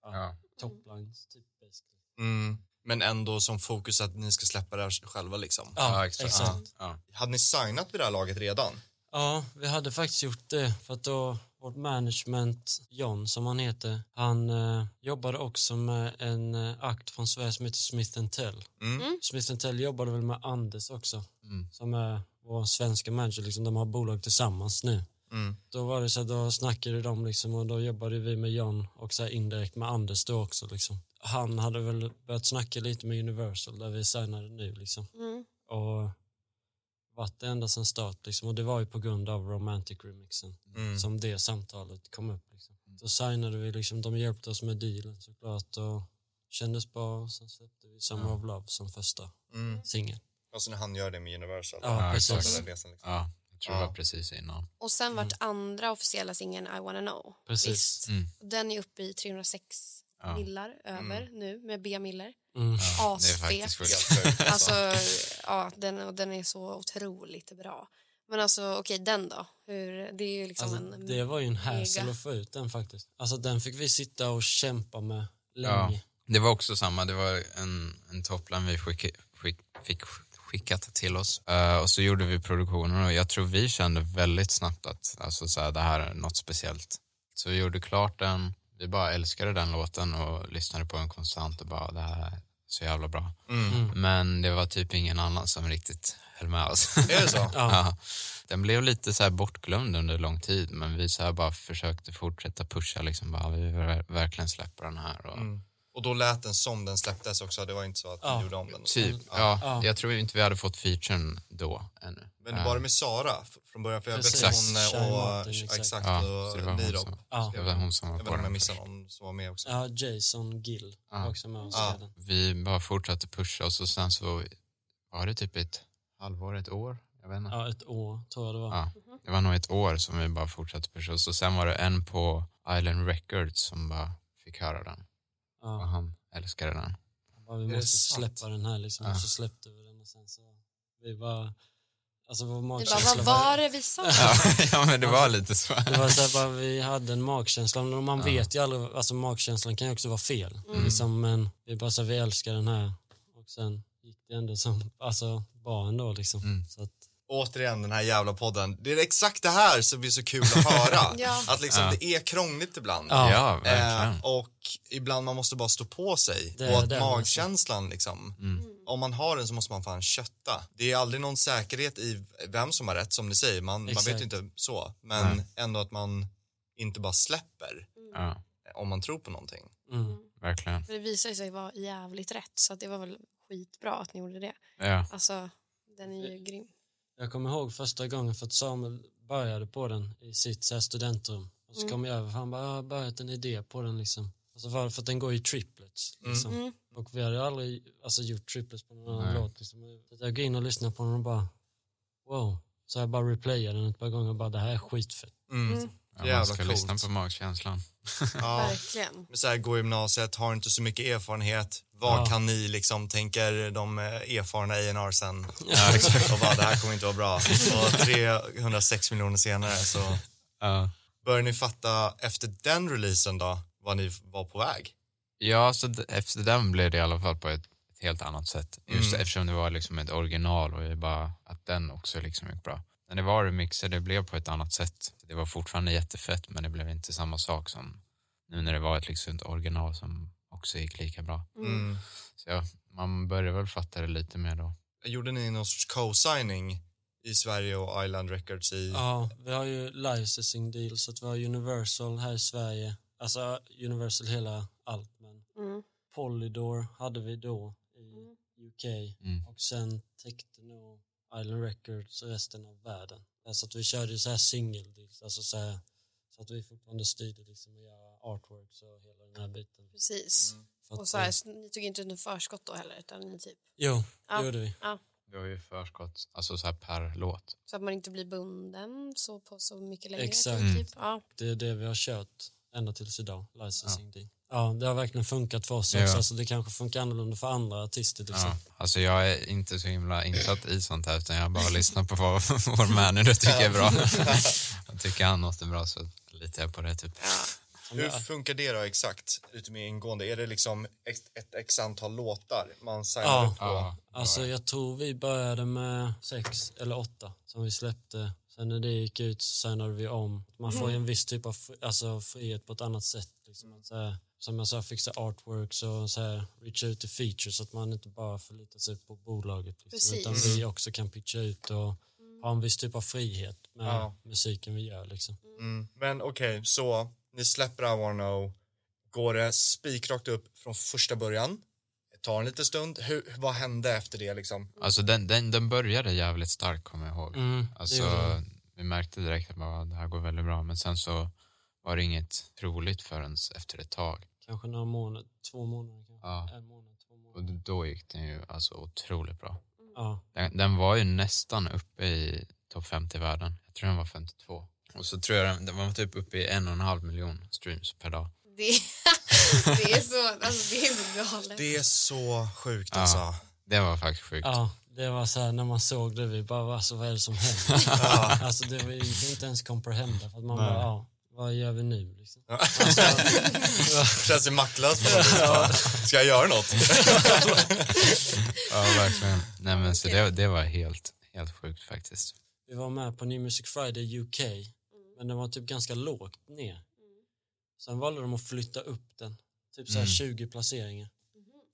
Speaker 5: Ja.
Speaker 1: toplines typ basically.
Speaker 4: Mm. Men ändå som fokus att ni ska släppa det här själva liksom.
Speaker 5: Ja, exakt.
Speaker 1: exakt.
Speaker 5: Ja.
Speaker 4: Hade ni signat vid det här laget redan?
Speaker 1: Ja, vi hade faktiskt gjort det för att då vårt management, John som han heter, han eh, jobbade också med en eh, akt från Sverige som heter Smith Tell.
Speaker 4: Mm.
Speaker 1: Smith Tell jobbade väl med Anders också,
Speaker 5: Mm.
Speaker 1: som är vår svenska manager, liksom, de har bolag tillsammans nu.
Speaker 4: Mm.
Speaker 1: Då var det så att då snackade de liksom och då jobbade vi med John och så här indirekt med Anders då också liksom. Han hade väl börjat snacka lite med Universal där vi signade nu liksom
Speaker 2: Mm.
Speaker 1: och varit det ända sedan start. Liksom. Och det var ju på grund av Romantic Remixen
Speaker 4: Mm.
Speaker 1: som det samtalet kom upp. Liksom. Då signade vi, liksom, de hjälpte oss med dealen såklart och kändes bra. Och sen släppte vi Summer of Love som första
Speaker 4: Mm.
Speaker 1: singel.
Speaker 4: Alltså när han gör det med Universal.
Speaker 1: Ja,
Speaker 5: Ja,
Speaker 4: Den
Speaker 1: precis.
Speaker 4: där resan, liksom.
Speaker 5: ja, jag tror
Speaker 4: Ja.
Speaker 5: det var precis innan.
Speaker 2: Och sen vart
Speaker 4: Mm.
Speaker 2: andra officiella singeln I wanna know.
Speaker 1: Precis.
Speaker 2: Visst.
Speaker 5: Mm.
Speaker 2: Den är uppe i 306
Speaker 5: Ja.
Speaker 2: millar över nu med Bea Miller.
Speaker 1: Mm.
Speaker 5: Ja, det är
Speaker 2: Asfet.
Speaker 5: faktiskt sjukt.
Speaker 4: Helt sjukt,
Speaker 2: Alltså, ja, den, och den är så otroligt bra. Men alltså, okej, den då? Hur, det är ju liksom
Speaker 1: Alltså,
Speaker 2: en...
Speaker 1: det var ju en hassle
Speaker 2: mega.
Speaker 1: att få ut den faktiskt. Alltså den fick vi sitta och kämpa med länge.
Speaker 5: Det var också samma, det var en, en topplan vi skick, skick, fick skickat till oss Eh, och så gjorde vi produktionen och jag tror vi kände väldigt snabbt att alltså, så här, det här är något speciellt. Så vi gjorde klart den, vi bara älskade den låten och lyssnade på den konstant och bara det här är så jävla bra.
Speaker 4: Mm.
Speaker 5: Men det var typ ingen annan som riktigt höll med oss.
Speaker 4: Är det så?
Speaker 1: Ja.
Speaker 5: Ja. Den blev lite så här bortglömd under lång tid men vi så här bara försökte fortsätta pusha liksom bara vi vill ver- verkligen släpper den här. Och,
Speaker 4: Mm. Och då lät den som den släpptes också. Det var inte så att ni
Speaker 1: Ja.
Speaker 4: gjorde om den.
Speaker 5: Typ, ja. Jag tror inte vi hade fått featuren då ännu.
Speaker 4: Men det var det med Sara f- från början? För jag vet
Speaker 1: Precis.
Speaker 4: att hon eh,
Speaker 1: Shine
Speaker 4: och,
Speaker 1: Martin, exakt.
Speaker 4: exakt,
Speaker 5: ja, så det var
Speaker 4: och
Speaker 5: hon
Speaker 4: Nirob.
Speaker 5: som,
Speaker 1: Ja.
Speaker 5: Eh, det var hon som var
Speaker 4: Jag vet
Speaker 5: på
Speaker 4: inte om jag
Speaker 5: den
Speaker 4: missade
Speaker 5: först.
Speaker 4: någon som var med också.
Speaker 1: Ja, Jason Gill var
Speaker 5: Ja.
Speaker 1: också med oss i
Speaker 4: Ja.
Speaker 1: den.
Speaker 5: Vi bara fortsatte pusha och så sen så var det typ ett halvår, ett år. Jag vet inte.
Speaker 1: Ja, ett år tror jag det var.
Speaker 5: Ja. Det var nog ett år som vi bara fortsatte pusha och så sen var det en på Island Records som bara fick höra den
Speaker 1: Ja.
Speaker 5: och han älskade den.
Speaker 1: Bara, vi
Speaker 4: Är det
Speaker 1: måste
Speaker 4: sant?
Speaker 1: släppa den här liksom.
Speaker 5: Ja.
Speaker 1: Och så släppte vi den och sen så... Vi bara... Alltså vår
Speaker 2: det bara,
Speaker 1: magkänsla
Speaker 2: vad var det vi sa?
Speaker 5: Ja, ja men det var lite så.
Speaker 1: Det var så här, bara, vi hade en magkänsla. Men man
Speaker 5: Ja.
Speaker 1: vet ju aldrig, alltså magkänslan kan ju också vara fel.
Speaker 2: Mm.
Speaker 1: Liksom, men vi bara så här, vi älskar den här. Och sen gick det ändå som, alltså bra ändå liksom.
Speaker 5: Mm.
Speaker 1: Så att,
Speaker 4: Återigen den här jävla podden. Det är exakt det här som blir så kul att höra.
Speaker 2: Ja.
Speaker 4: Att liksom,
Speaker 5: Ja.
Speaker 4: det är krångligt ibland.
Speaker 1: Ja.
Speaker 5: Ja,
Speaker 4: Eh,
Speaker 5: verkligen.
Speaker 4: och ibland man måste bara stå på sig.
Speaker 1: Det är
Speaker 4: och att
Speaker 1: det,
Speaker 4: magkänslan liksom.
Speaker 5: Mm.
Speaker 4: Om man har den så måste man fan kötta. Det är aldrig någon säkerhet i vem som har rätt som ni säger. Man, man vet
Speaker 1: Exakt.
Speaker 4: ju inte så. Men
Speaker 5: Nej.
Speaker 4: ändå att man inte bara släpper eh,
Speaker 5: Ja,
Speaker 4: om man tror på någonting.
Speaker 1: mm.
Speaker 5: verkligen.
Speaker 2: För det visade sig vara jävligt rätt, så att det var väl skitbra att ni gjorde det.
Speaker 5: Ja.
Speaker 2: Alltså, den är ju grym.
Speaker 1: Jag kommer ihåg första gången för att Samuel började på den i sitt så här, studentrum. Och så
Speaker 2: Mm.
Speaker 1: kom jag över för han bara, jag har börjat en idé på den liksom. Och så var det för att den går i triplets. Liksom.
Speaker 2: Mm.
Speaker 1: Och vi hade aldrig alltså, gjort triplets på någon annan
Speaker 5: Nej.
Speaker 1: låt. Liksom. Så att jag går in och lyssnar på den och bara wow. Så jag bara replayar den ett par gånger och bara det här är skitfett.
Speaker 2: Mm.
Speaker 5: Ja,
Speaker 4: Jävla
Speaker 5: man ska
Speaker 4: coolt.
Speaker 5: lyssna på magkänslan.
Speaker 4: Ja.
Speaker 2: Verkligen.
Speaker 4: Men så här, gå gymnasiet, har inte så mycket erfarenhet. Vad
Speaker 1: Ja.
Speaker 4: kan ni liksom, tänker de eh, erfarna A&R sen. och bara, det här kommer inte vara bra. Och 306 miljoner senare så
Speaker 5: Ja.
Speaker 4: börjar ni fatta efter den releasen då, vad ni var på väg.
Speaker 5: Ja, så d- efter den blev det i alla fall på ett, ett helt annat sätt. Just
Speaker 4: Mm.
Speaker 5: eftersom det var liksom ett original och det bara att den också liksom gick bra. När det var remixer, det blev på ett annat sätt. Det var fortfarande jättefett, men det blev inte samma sak som nu när det var ett, liksom, ett original som också gick lika bra.
Speaker 2: Mm.
Speaker 5: Så ja, man började väl fatta det lite mer då.
Speaker 4: Gjorde ni någon sorts co-signing i Sverige och Island Records i...
Speaker 1: Ja, vi har ju licensing deals, så att vi har Universal här i Sverige. Alltså Universal hela allt men
Speaker 2: Mm.
Speaker 1: Polydor hade vi då i
Speaker 2: Mm.
Speaker 1: UK
Speaker 5: Mm.
Speaker 1: och sen täckte nog Island Records resten av världen. Så att vi körde ju så här single deals, alltså så, här, så att vi fortfarande styrde liksom att göra artworks och hela den här biten.
Speaker 2: Precis.
Speaker 1: För att
Speaker 2: Och så här,
Speaker 1: det-
Speaker 2: så ni tog inte ut något förskott då heller, utan ni typ,
Speaker 1: Jo,
Speaker 2: Ja.
Speaker 1: det gjorde vi.
Speaker 5: Det var ju förskott, alltså så här per låt.
Speaker 2: så att man inte blir bunden så på så mycket längre.
Speaker 1: Exakt.
Speaker 2: Typ. Ja.
Speaker 1: Det är det vi har kört ända tills idag, licensing deal. Ja, det har verkligen funkat för oss också.
Speaker 5: Ja.
Speaker 1: Alltså, det kanske funkar annorlunda för andra artister. Liksom.
Speaker 5: Ja. Alltså jag är inte så himla insatt i sånt här utan jag bara lyssnar på vad vår manager tycker är bra. Och tycker han något är bra så litar jag på det typ.
Speaker 1: Som
Speaker 4: Hur
Speaker 1: jag-
Speaker 4: funkar det då exakt? Lite mer ingående. Är det liksom ett, ett x antal låtar man signar
Speaker 1: Ja.
Speaker 4: upp på?
Speaker 5: Ja,
Speaker 1: Alltså jag tror vi började med sex eller åtta som vi släppte. Sen när det gick ut så signade vi om. Man får ju en viss typ av fri- alltså, frihet på ett annat sätt. Liksom. Att, så här, som jag sa, fixa artworks och så här, reacha ut till features så att man inte bara förlitar sig på bolaget. Liksom,
Speaker 2: Precis.
Speaker 1: utan vi också kan pitcha ut och ha en viss typ av frihet med
Speaker 4: Ja.
Speaker 1: musiken vi gör. Liksom.
Speaker 4: Mm. Men okej, så ni släpper I wanna know. Går det spikrakt upp från första början? Det tar en liten stund. Hur, vad hände efter det liksom?
Speaker 5: Alltså den, den, den började jävligt starkt kommer jag ihåg.
Speaker 1: Mm,
Speaker 5: Alltså,
Speaker 1: det gjorde
Speaker 5: vi märkte direkt att bara, det här går väldigt bra, men sen så var det inget troligt förrän efter ett tag.
Speaker 1: Kanske några månader, två månader kanske.
Speaker 5: Ja.
Speaker 1: En månad, två månader.
Speaker 5: Och då gick den ju alltså otroligt bra.
Speaker 1: Ja.
Speaker 5: Den, den var ju nästan uppe i topp 50 i världen. Jag tror den var 52. Och så tror jag den, den var typ uppe i en och en halv miljon streams per dag.
Speaker 2: Det, det är så alltså, det är så galet.
Speaker 4: Det är så sjukt alltså.
Speaker 5: Det var faktiskt sjukt.
Speaker 1: Ja, det var så här när man såg det, vi bara alltså, vad är det som händer? alltså det var ju inte ens comprehenda för att man bara, ja, vad gör vi nu? Liksom.
Speaker 4: Känns det maktlöst på något vis. Bara, Ska jag göra något?
Speaker 5: Ja, verkligen. Nej, men så det, det var helt, helt sjukt faktiskt.
Speaker 1: Vi var med på New Music Friday UK, men den var typ ganska lågt ner. Sen valde de att flytta upp den, typ så
Speaker 5: Mm.
Speaker 1: här 20 placeringar.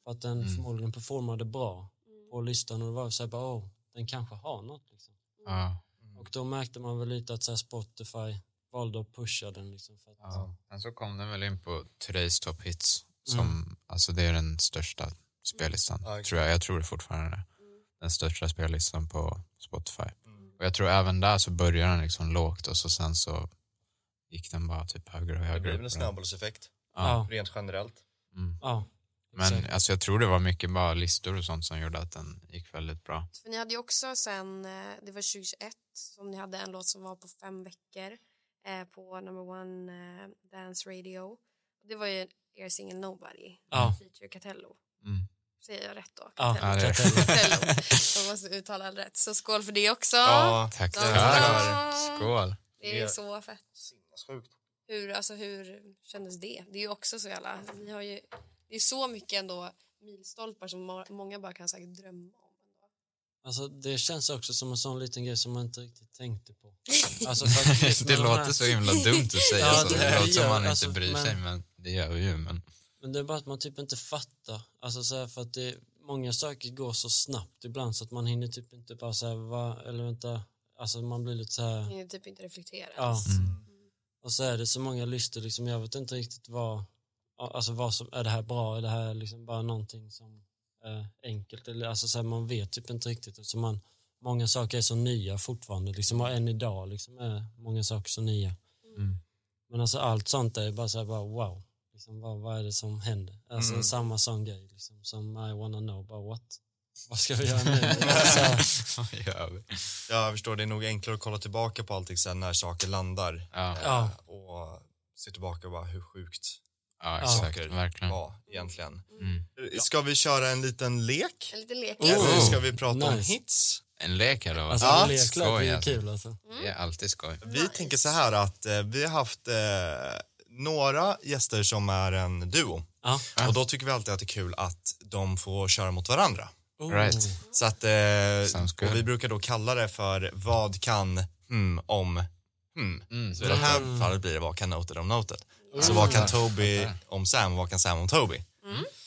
Speaker 1: För att den förmodligen performade bra på listan och det var så här bara, oh, den kanske har något. Liksom.
Speaker 5: Ja.
Speaker 1: Och då märkte man väl lite att så här Spotify valde att pusha den. Liksom, för att,
Speaker 5: Ja. Sen så kom den väl in på Today's Top Hits, som, alltså det är den största spellistan,
Speaker 4: Ja, exakt.
Speaker 5: tror jag. Jag tror det fortfarande är det. Den största spellistan på Spotify.
Speaker 4: Mm.
Speaker 5: Och jag tror även där så började den liksom lågt och så sen så gick den bara typ högre och
Speaker 4: Det
Speaker 5: högre.
Speaker 4: blir
Speaker 5: upp
Speaker 4: väl
Speaker 5: på
Speaker 4: en
Speaker 5: den.
Speaker 4: snöbollseffekt,
Speaker 1: ja,
Speaker 4: rent generellt.
Speaker 1: ja,
Speaker 5: Men
Speaker 1: exakt.
Speaker 5: alltså jag tror det var mycket bara listor och sånt som gjorde att den gick väldigt bra.
Speaker 2: För ni hade ju också sen, eh, det var 2021 som ni hade en låt som var på fem veckor eh, på number one eh, dance radio. Det var ju er singel Nobody,
Speaker 1: Ja.
Speaker 2: feature Catello.
Speaker 5: Mm.
Speaker 2: Säger jag rätt då?
Speaker 1: Ja,
Speaker 5: Ja, det är det.
Speaker 1: Katarina.
Speaker 2: Catello. Jag måste uttala det rätt. Så skål för det också.
Speaker 4: Ja,
Speaker 5: Tack.
Speaker 2: Skål.
Speaker 5: Skål.
Speaker 2: Det är så fett.
Speaker 4: sinnessjukt.
Speaker 2: Hur, alltså, hur kändes det? Det är ju också så jävla... Ni har ju, det är så mycket ändå milstolpar som må- många bara kan säkert drömma om.
Speaker 1: Alltså, det känns också som en sån liten grej som man inte riktigt tänkte på. Alltså, för att just
Speaker 5: Det
Speaker 1: med de här-
Speaker 5: låter så himla dumt att säga
Speaker 1: Ja,
Speaker 5: så.
Speaker 1: det-
Speaker 5: Det låter som
Speaker 1: ja,
Speaker 5: man inte
Speaker 1: alltså,
Speaker 5: bryr
Speaker 1: men-
Speaker 5: sig, men det gör vi ju. Men...
Speaker 1: Men det är bara att man typ inte fattar. Alltså så här, för att det, många saker går så snabbt ibland så att man hinner typ inte bara så här, va, eller vänta, alltså man blir lite så
Speaker 2: Jag
Speaker 1: här,
Speaker 2: hinner typ inte reflektera.
Speaker 1: ja. Och så är det så många listor liksom, jag vet inte riktigt vad, alltså vad som, är det här bra, är det här liksom bara någonting som är enkelt, eller alltså så här, man vet typ inte riktigt eftersom man, många saker är så nya fortfarande liksom, och än idag liksom är många saker så nya.
Speaker 5: Mm.
Speaker 1: Men alltså allt sånt är bara så här, bara wow. Liksom, vad, vad är det som händer? Alltså
Speaker 4: Mm.
Speaker 1: samma sån grej liksom, som I wanna know, bara what? Vad ska vi göra nu? alltså,
Speaker 5: Vad gör vi?
Speaker 4: Ja, jag förstår. Det är nog enklare att kolla tillbaka på allting sen när saker landar eh,
Speaker 5: Ja,
Speaker 1: ja,
Speaker 4: och se tillbaka och bara hur sjukt
Speaker 5: ja exakt.
Speaker 4: saker
Speaker 1: Mm.
Speaker 5: Verkligen.
Speaker 4: var egentligen. Eh,
Speaker 5: Mm.
Speaker 4: Ska vi köra en liten lek?
Speaker 2: En liten lek.
Speaker 4: Eller ska vi prata om
Speaker 1: Oh, Nice.
Speaker 4: hits?
Speaker 5: En lek här då.
Speaker 1: alltså
Speaker 4: Ja,
Speaker 1: ja, det är klart det är
Speaker 5: alltså.
Speaker 1: kul alltså.
Speaker 5: Det är alltid skoj.
Speaker 4: Vi tänker så här att eh, vi har haft eh, några gäster som är en duo.
Speaker 1: Ja.
Speaker 4: Och då tycker vi alltid att det är kul att de får köra mot varandra.
Speaker 1: Oh.
Speaker 5: Right.
Speaker 4: Så att, eh,
Speaker 5: Sounds good.
Speaker 4: och vi brukar då kalla det för vad kan hmm om hmm.
Speaker 5: Mm.
Speaker 4: Så i det här fallet blir det vad kan noted om noted. Så vad kan Toby om Sam och vad kan Sam om Toby?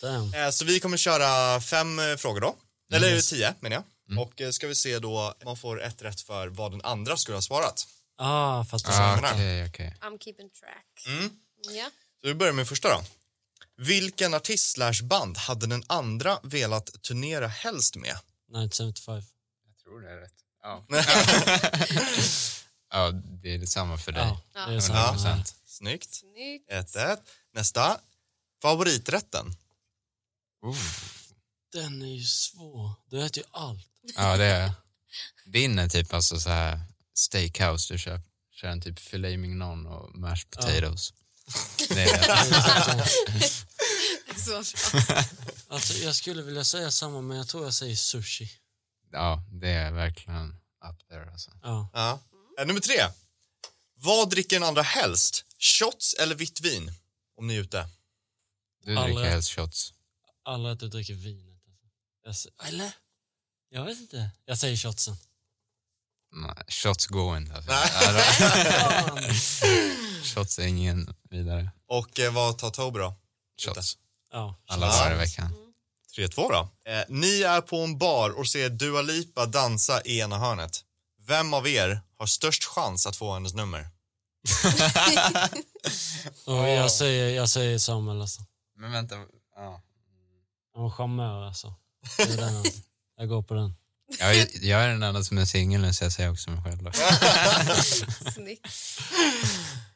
Speaker 1: Damn.
Speaker 4: Eh, Så vi kommer köra fem eh, frågor då. Eller tio menar jag. Och eh, ska vi se då, man får ett rätt för vad den andra skulle ha svarat.
Speaker 1: Ah, fattar.
Speaker 5: Ah, Okej, okej.
Speaker 2: I'm keeping track.
Speaker 4: Mm.
Speaker 2: Ja.
Speaker 4: Så vi börjar med första då. Vilken artist slash band hade den andra velat turnera helst med?
Speaker 1: 1975.
Speaker 5: Jag tror det är rätt. Ja. ja, det är detsamma för dig.
Speaker 1: Ja, det är
Speaker 4: Ja.
Speaker 1: samma. här.
Speaker 5: 100%.
Speaker 4: Snyggt.
Speaker 2: Snyggt.
Speaker 4: Ett, ett. Nästa. Favoriträtten?
Speaker 1: Den är ju svår. Du äter ju allt.
Speaker 5: Ja, det är Din är typ alltså så här steakhouse du köper. Kör en typ filet mignon och mashed potatoes. Det är
Speaker 2: Så bra.
Speaker 1: Alltså, jag skulle vilja säga samma, men jag tror jag säger sushi.
Speaker 5: Ja, det är verkligen up there alltså.
Speaker 1: Ja.
Speaker 4: Ja. Eh, Nummer tre. Vad dricker den andra helst? Shots eller vitt vin? Om ni är ute.
Speaker 5: Du
Speaker 1: Alla-
Speaker 5: dricker helst shots.
Speaker 1: Alla att du dricker vinet. Alltså. Jag, sä- eller? Jag vet inte. Jag säger shotsen.
Speaker 5: Nej, shots går inte. Alltså.
Speaker 4: Nej.
Speaker 5: Ja,
Speaker 1: Fan.
Speaker 5: då- shots är ingen vidare.
Speaker 4: Och eh, vad tar Tobbe då?
Speaker 5: Shots.
Speaker 1: ja.
Speaker 5: Alla
Speaker 4: Shots.
Speaker 5: dagar i veckan.
Speaker 4: 3-2 då. Eh, ni är på en bar och ser Dua Lipa dansa i ena hörnet. Vem av er har störst chans att få hennes nummer?
Speaker 1: Och jag, säger, jag säger Samuel alltså.
Speaker 5: Men vänta. Ja.
Speaker 1: Han var charmör alltså. Det är den, alltså. Jag går på den.
Speaker 5: Jag, är, jag är den enda som är singel nu så jag säger också mig själv. Då.
Speaker 2: Snyggt.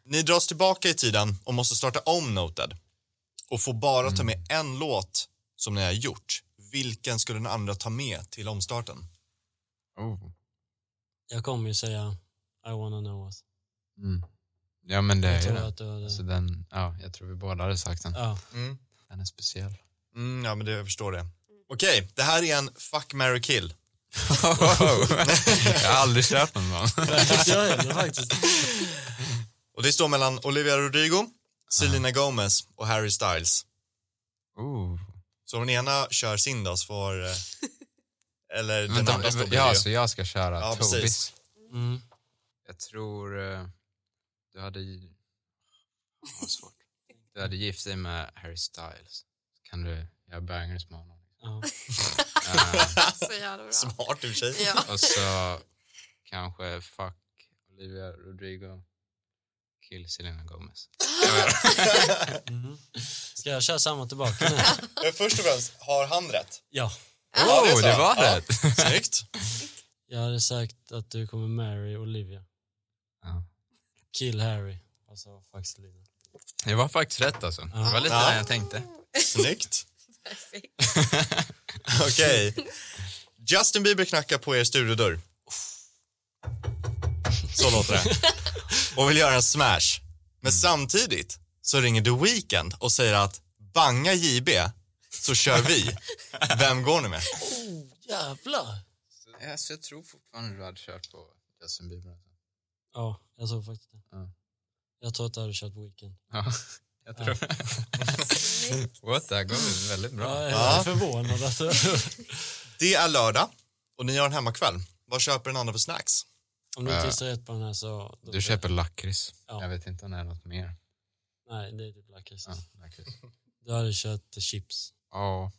Speaker 4: Ni dras tillbaka i tiden och måste starta om Noted och får bara ta med en låt som ni har gjort. Vilken skulle den andra ta med till omstarten?
Speaker 5: Oh.
Speaker 1: Jag kommer ju säga I wanna know us.
Speaker 5: Mm. Ja men det
Speaker 1: Jag
Speaker 5: är
Speaker 1: tror
Speaker 5: ju det.
Speaker 1: att det var
Speaker 5: Alltså
Speaker 1: det.
Speaker 5: den, ja, jag tror vi båda hade sagt den.
Speaker 1: Ja.
Speaker 4: Mm.
Speaker 5: Den är speciell.
Speaker 4: Mm, ja, men det, jag förstår det. Okej, det här är en fuck, marry, kill.
Speaker 5: Oh. jag har aldrig kört någon man.
Speaker 1: Jag heller faktiskt.
Speaker 4: Och det står mellan Olivia Rodrigo,
Speaker 5: Ah.
Speaker 4: Selena Gomez och Harry Styles.
Speaker 5: Oh.
Speaker 4: Så om den ena kör sin då så får... eh, Eller den
Speaker 5: Vänta,
Speaker 4: andra står bredvid.
Speaker 5: ja, så jag ska köra
Speaker 4: Ja, precis.
Speaker 5: Tobis.
Speaker 1: Mm.
Speaker 5: Jag tror eh, du hade... ju- Vad svårt. Du hade gift dig med Harry Styles. Kan du göra bangers med honom?
Speaker 1: Ja.
Speaker 5: Eh,
Speaker 2: Så jävla bra.
Speaker 4: Smart i och för sig.
Speaker 2: Ja.
Speaker 5: och så kanske fuck Olivia Rodrigo. Kill Selena Gomez.
Speaker 1: Mm. Ska jag köra samma tillbaka nu?
Speaker 4: Men först och främst, har han rätt?
Speaker 1: Ja.
Speaker 4: Ja, det är så. Ja.
Speaker 5: Oh, rätt!
Speaker 4: Snyggt.
Speaker 1: Jag hade sagt att du kommer marry Olivia.
Speaker 5: Ja.
Speaker 1: Kill Harry. Alltså faktiskt Lina.
Speaker 5: Det var faktiskt rätt alltså. Det var lite
Speaker 4: Ja.
Speaker 5: det jag tänkte.
Speaker 4: Snyggt.
Speaker 2: Perfekt.
Speaker 4: Okej. Justin Bieber knackar på er studiodörr. Så låter det. Och vill göra en smash. Men samtidigt så ringer The Weeknd och säger att banga JB så kör vi. Vem går ni med?
Speaker 1: Jävlar!
Speaker 5: Alltså, jag tror fortfarande du hade kört på Justin Bieber. Alltså.
Speaker 1: Ja, jag tror faktiskt det.
Speaker 5: Ja.
Speaker 1: Jag tror att du hade kört Weekend.
Speaker 5: Ja, jag tror What, det här går väldigt
Speaker 1: Ja,
Speaker 5: bra.
Speaker 1: jag
Speaker 4: Ja.
Speaker 1: är förvånad. Alltså.
Speaker 4: Det är lördag och ni har en hemmakväll. Vad köper den andra för snacks?
Speaker 1: Om du inte
Speaker 5: Ja.
Speaker 1: gissar rätt på den här så... då-
Speaker 5: Du köper lakrits.
Speaker 1: Ja.
Speaker 5: Jag vet inte om det är något mer.
Speaker 1: Nej, det är typ lakrits.
Speaker 5: Ja, lakrits.
Speaker 1: Du hade kört eh, chips.
Speaker 5: Ja.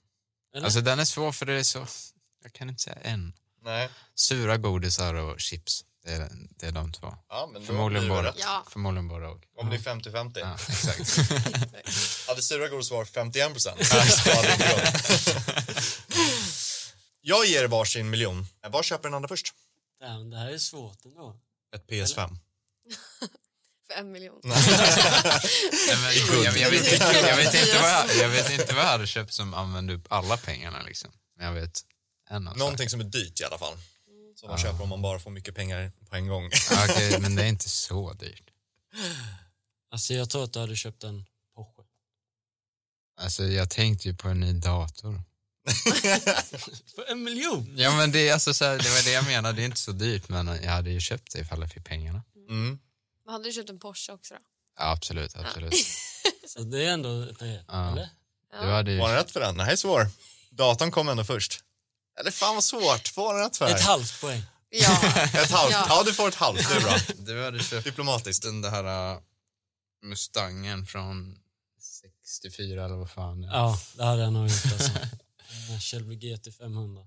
Speaker 1: Eller?
Speaker 5: Alltså den är svår för det är så... Jag kan inte säga en.
Speaker 4: Nej.
Speaker 5: Sura godisar och chips. Det är, det är de två.
Speaker 4: Ja, men då
Speaker 5: Förmodligen
Speaker 4: blir det
Speaker 5: bara,
Speaker 4: rätt.
Speaker 2: Ja.
Speaker 5: förmodligen bara och.
Speaker 4: Om det är 50-50.
Speaker 5: Ja, exakt.
Speaker 4: Hade sura godis svar 51 procent. Jag ger er varsin miljon. Vad köper den andra först?
Speaker 1: Damn, det här är svårt ändå.
Speaker 4: Ett PS5.
Speaker 2: För en miljon.
Speaker 5: Nej, men, jag, jag, vet inte, jag, vet inte vad jag, jag vet inte vad jag hade köpt som använde upp alla pengarna. Liksom. Men jag vet en alltså. av
Speaker 4: Någonting som är dyrt i alla fall. Som
Speaker 1: Ah.
Speaker 4: man köper om man bara får mycket pengar på en gång.
Speaker 5: sakerna. Ja, okej, men det är inte så dyrt.
Speaker 1: Alltså jag tror att du hade köpt en Porsche.
Speaker 5: Alltså, jag tänkte ju på en ny dator.
Speaker 1: För en miljon?
Speaker 5: Ja, men det, är alltså, så här, det var det jag menade. Det är inte så dyrt, men jag hade ju köpt det ifall jag fick pengarna.
Speaker 4: Mm.
Speaker 2: Vad hade du köpt en Porsche också då?
Speaker 5: Ja, absolut, absolut.
Speaker 1: Så det är ändå ett rätt,
Speaker 5: Ja.
Speaker 1: eller?
Speaker 5: Du hade ju...
Speaker 4: Var den rätt för den? Nej, svår. Datorn kom ändå först. Eller fan vad svårt. Var den rätt för?
Speaker 1: Ett halvt poäng.
Speaker 2: Ja.
Speaker 4: Ett halvt.
Speaker 2: Ja.
Speaker 4: Ja. du får ett halvt. Det är bra.
Speaker 5: Du hade köpt
Speaker 4: Diplomatiskt.
Speaker 5: den där äh, Mustangen från 64 eller vad fan det är.
Speaker 1: Ja, det hade jag nog gjort alltså. Eh, Shelby GT 500.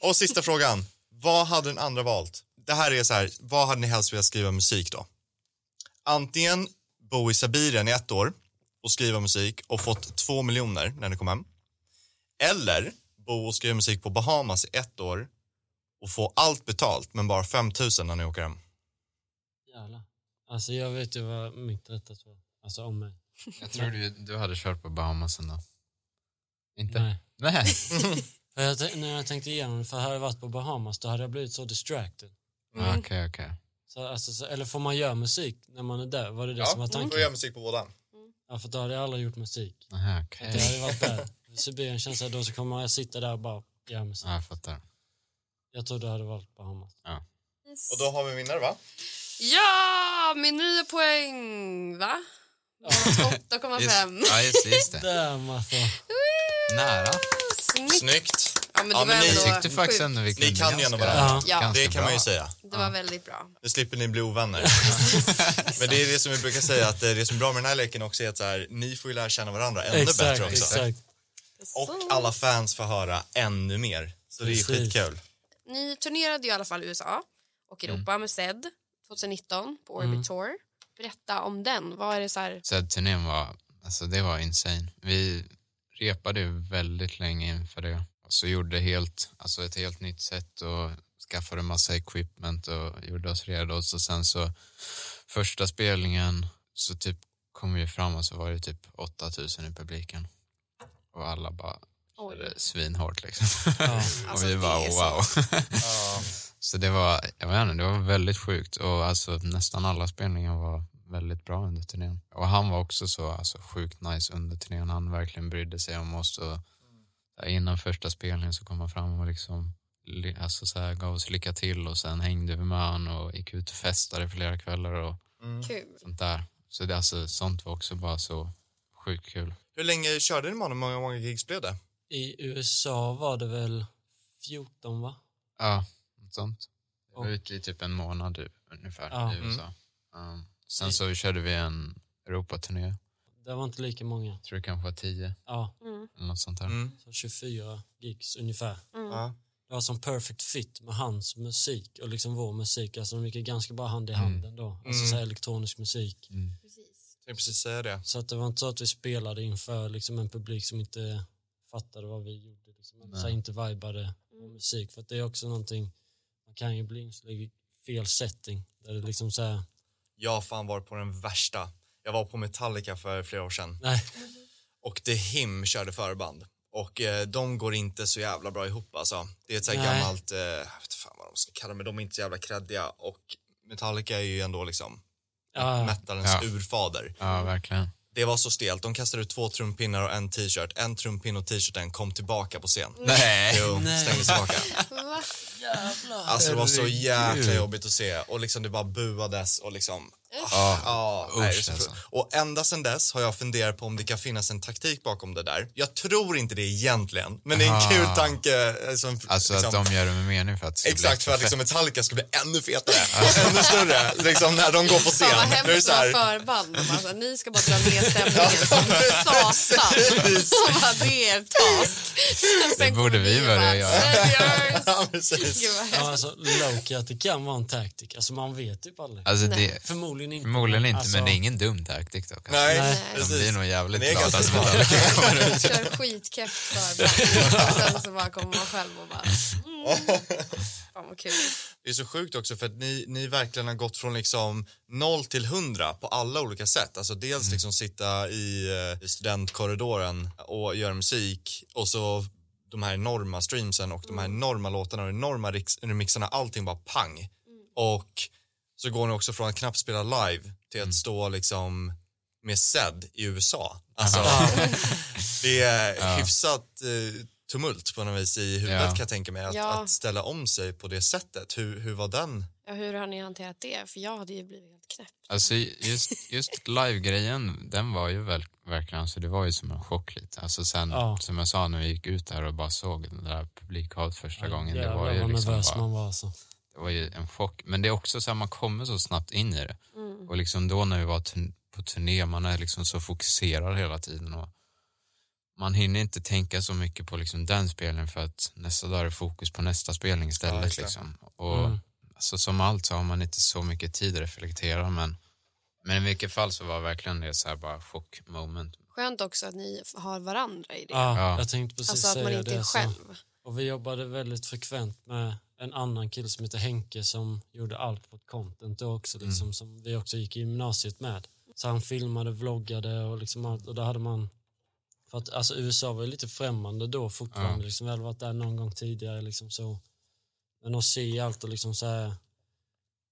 Speaker 4: Och sista frågan. Vad hade den andra valt? Det här är så här, vad hade ni helst velat skriva musik då? Antingen bo i Sibirien i ett år och skriva musik och fått två miljoner när ni kom hem. Eller bo och skriva musik på Bahamas i ett år och få allt betalt men bara 5 000 när ni åker hem.
Speaker 1: Jävlar. Alltså jag vet ju vad mitt rätta svar Alltså om mig.
Speaker 5: Jag tror du, du hade kört på Bahamasen då. Inte?
Speaker 1: Nej.
Speaker 5: Nej.
Speaker 1: För jag, tän- när jag tänkte igenom det, för hade jag varit på Bahamas då hade jag blivit så distracted.
Speaker 5: Ah, Okej, okej.
Speaker 1: Så, alltså, så, eller får man göra musik när man är där? Var det det som var tanken?
Speaker 4: musik på båda.
Speaker 1: Ja, för då hade jag aldrig gjort musik.
Speaker 5: Aha,
Speaker 1: För
Speaker 4: Eh.
Speaker 5: okej.
Speaker 1: att jag hade varit där. I Sibirien känns det att då så kommer jag sitta där och bara göra musik.
Speaker 5: Ja, jag fattar.
Speaker 1: Jag tror du hade valt Bahamas.
Speaker 4: Och då har vi en vinnare va?
Speaker 2: Ja, min nya poäng! Va? 8,5.
Speaker 5: Just, ja, just, det, just det.
Speaker 1: Där Martha.
Speaker 5: Nära.
Speaker 2: Snyggt!
Speaker 4: Snyggt.
Speaker 2: Ja, men det
Speaker 4: Ja,
Speaker 2: var
Speaker 4: men ni
Speaker 2: ändå
Speaker 5: Jag tyckte faktiskt
Speaker 2: sjukt.
Speaker 5: ändå vi kunde
Speaker 4: Ni kan ju ändå
Speaker 5: ganska-
Speaker 4: varandra.
Speaker 2: Ja.
Speaker 5: ganska
Speaker 4: Det kan man ju
Speaker 5: bra.
Speaker 4: säga.
Speaker 2: Det var väldigt bra.
Speaker 4: Nu slipper ni bli ovänner. Men det är det som vi brukar säga, att eh, det som är bra med den här leken också är att så här, ni får ju lära känna varandra ännu
Speaker 1: Exakt,
Speaker 4: bättre också.
Speaker 1: exakt.
Speaker 4: Och alla fans får höra ännu mer. Så det är ju
Speaker 1: Precis.
Speaker 4: skitkul.
Speaker 2: Ni turnerade ju i alla fall i USA och Europa med Zed 2019 på Orbit Tour. Berätta om den. Vad är det så här...
Speaker 5: Så turnén var, alltså det var insane. Vi repade ju väldigt länge inför det. Och så gjorde helt, alltså ett helt nytt sätt och skaffade massa equipment och gjorde oss redo. Och så sen så första spelningen så typ kom vi fram och så var det typ 8000 i publiken. Och alla bara
Speaker 2: Oj.
Speaker 5: körde svinhårt liksom.
Speaker 1: Ja.
Speaker 2: Alltså,
Speaker 5: och vi
Speaker 2: det
Speaker 5: bara
Speaker 2: är så-
Speaker 5: wow. så det var, jag vet inte, det var väldigt sjukt och alltså nästan alla spelningar var väldigt bra under turnén. Och han var också så alltså, sjukt nice under turnén, han verkligen brydde sig om oss och ja, innan första spelningen så kom han fram och liksom li- alltså så här, gav oss lycka till och sen hängde vi med han och gick ut och festade flera kvällar och
Speaker 2: Kul.
Speaker 5: sånt där. Så det, alltså, sånt var också bara så sjukt kul.
Speaker 4: Hur länge körde ni med honom? Många, många gigs blev det?
Speaker 1: I USA var det väl 14 va?
Speaker 5: Ja, något sånt. Vi var
Speaker 1: Och-
Speaker 5: ute i typ en månad u- ungefär
Speaker 1: Ja.
Speaker 5: i
Speaker 4: mm.
Speaker 5: USA. Ja. Sen så körde vi en Europaturné,
Speaker 1: Det var inte lika många.
Speaker 5: tror det kanske var tio
Speaker 1: Ja,
Speaker 5: eller något sånt där.
Speaker 4: Mm.
Speaker 1: så 24 gigs ungefär.
Speaker 4: Ja.
Speaker 1: Det var som perfect fit med hans musik och liksom vår musik. Alltså de gick ju ganska bra hand i handen då. Alltså
Speaker 4: Mm.
Speaker 1: så här elektronisk musik.
Speaker 4: Jag tänkte precis säga det.
Speaker 1: Så att det var inte så att vi spelade inför liksom en publik som inte fattade vad vi gjorde. Liksom. Eller Så här,
Speaker 5: Nej.
Speaker 1: inte vibade
Speaker 2: Mm.
Speaker 1: med musik. För att det är också någonting, man kan ju bli inslag i fel setting. Där det liksom så här,
Speaker 4: Jag har fan var på den värsta. Jag var på Metallica för flera år sedan
Speaker 1: nej.
Speaker 4: och The Him körde förband. Och eh, de går inte så jävla bra ihop alltså. Det är ett så här
Speaker 1: Nej.
Speaker 4: gammalt, eh, jag vet inte fan vad de ska kalla det, men de är inte så jävla kreddiga och Metallica är ju ändå liksom
Speaker 1: Ja,
Speaker 4: metalens
Speaker 5: Ja.
Speaker 4: urfader.
Speaker 5: Ja, verkligen.
Speaker 4: Det var så stelt, de kastade ut två trumpinnar och en t-shirt. En trumpinne och t-shirten kom tillbaka på scen.
Speaker 5: Nej!
Speaker 4: Jo,
Speaker 1: Nej.
Speaker 4: stängdes tillbaka.
Speaker 2: Va?
Speaker 4: Alltså det var så
Speaker 5: Herregud.
Speaker 4: jäkla jobbigt att se och liksom det bara buades och liksom
Speaker 5: Ja.
Speaker 4: Ja,
Speaker 5: Usch,
Speaker 4: nej, det är så
Speaker 5: alltså.
Speaker 4: Och ända sedan dess har jag funderat på om det kan finnas en taktik bakom det där. Jag tror inte det egentligen, men det är en
Speaker 5: Ah.
Speaker 4: kul tanke. eh, Som,
Speaker 5: Alltså
Speaker 4: liksom,
Speaker 5: att de gör det med mening för att det ska bli
Speaker 4: Exakt, för att
Speaker 5: extra
Speaker 4: liksom Metallica ska bli ännu fetare, ännu större, liksom när de går på scen.
Speaker 2: Fan vad
Speaker 4: Då är det
Speaker 2: hemskt
Speaker 4: så
Speaker 2: att
Speaker 4: här-
Speaker 2: vara förband. De bara så här, ni ska bara dra ner stämningen som satan.
Speaker 4: Precis.
Speaker 2: Och bara, det är er task. Sen
Speaker 5: borde
Speaker 2: kommer
Speaker 5: vi
Speaker 2: och
Speaker 5: börja
Speaker 2: bara,
Speaker 5: göra.
Speaker 2: "Seriöst?"
Speaker 4: Ja, precis.
Speaker 2: Gud, vad hemskt.
Speaker 1: ja, alltså Loki att det kan vara en taktik. Alltså man vet typ aldrig.
Speaker 5: fett. Alltså det,
Speaker 1: Förmodligen inte.
Speaker 5: förmodligen inte,
Speaker 1: Alltså,
Speaker 5: men det är ingen dum taktik dock. Alltså.
Speaker 4: Nej,
Speaker 1: Nej.
Speaker 5: De blir
Speaker 4: precis.
Speaker 5: nog jävligt
Speaker 4: Det är
Speaker 5: glada
Speaker 4: ganska
Speaker 5: att
Speaker 4: smart.
Speaker 5: Metallica kommer ut.
Speaker 2: kör skitkeft förband. Och sen så bara kommer man själv och bara... Mm. Fan vad kul.
Speaker 4: Det är så sjukt också för att ni, ni verkligen har gått från liksom 0 till 100 på alla olika sätt. Alltså dels liksom sitta i, eh, i studentkorridoren och göra musik och så de här enorma streamsen och de här enorma låtarna och enorma riks- remixarna, allting bara pang. Och så går ni också från att knappt spela live till att stå liksom med Zed i USA. Alltså, det är hyfsat eh, tumult på något vis i huvudet
Speaker 5: Ja.
Speaker 4: kan jag tänka mig. Att,
Speaker 2: Ja.
Speaker 4: att ställa om sig på det sättet, hur, hur var den?
Speaker 2: Ja, hur har ni hanterat det? För jag hade ju blivit helt knäpp.
Speaker 5: Alltså just, just live-grejen, den var ju väl, verkligen, alltså det var ju som en chock lite. Alltså sen,
Speaker 1: Ja.
Speaker 5: som jag sa när vi gick ut där och bara såg den där publikhavet första gången, det
Speaker 1: jävlar
Speaker 5: var ju
Speaker 1: vad
Speaker 5: liksom
Speaker 1: nervös
Speaker 5: bara,
Speaker 1: man var alltså.
Speaker 5: det var ju en chock. Men det är också så här, man kommer så snabbt in i det. Och liksom då när vi var turn- på turné, man är liksom så fokuserad hela tiden och man hinner inte tänka så mycket på liksom den spelningen för att nästa dag är det fokus på nästa spelning
Speaker 4: Ja,
Speaker 5: istället.
Speaker 4: just det.
Speaker 5: liksom. Och
Speaker 1: Mm.
Speaker 5: alltså, som allt så har man inte så mycket tid att reflektera men, men i vilket fall så var verkligen det så här bara chock moment.
Speaker 2: Skönt också att ni har varandra i det.
Speaker 1: Ja,
Speaker 5: Ja.
Speaker 1: jag tänkte precis
Speaker 2: alltså att man
Speaker 1: säga
Speaker 2: inte
Speaker 1: det.
Speaker 2: är
Speaker 1: alltså.
Speaker 2: själv.
Speaker 1: Och vi jobbade väldigt frekvent med en annan kille som heter Henke som gjorde allt vårt content då också, liksom, som vi också gick i gymnasiet med. Så han filmade, vloggade och liksom allt och där hade man för att alltså, USA var ju lite främmande då fortfarande,
Speaker 5: Ja.
Speaker 1: liksom, vi hade varit där någon gång tidigare liksom så. Men att se allt och liksom så här,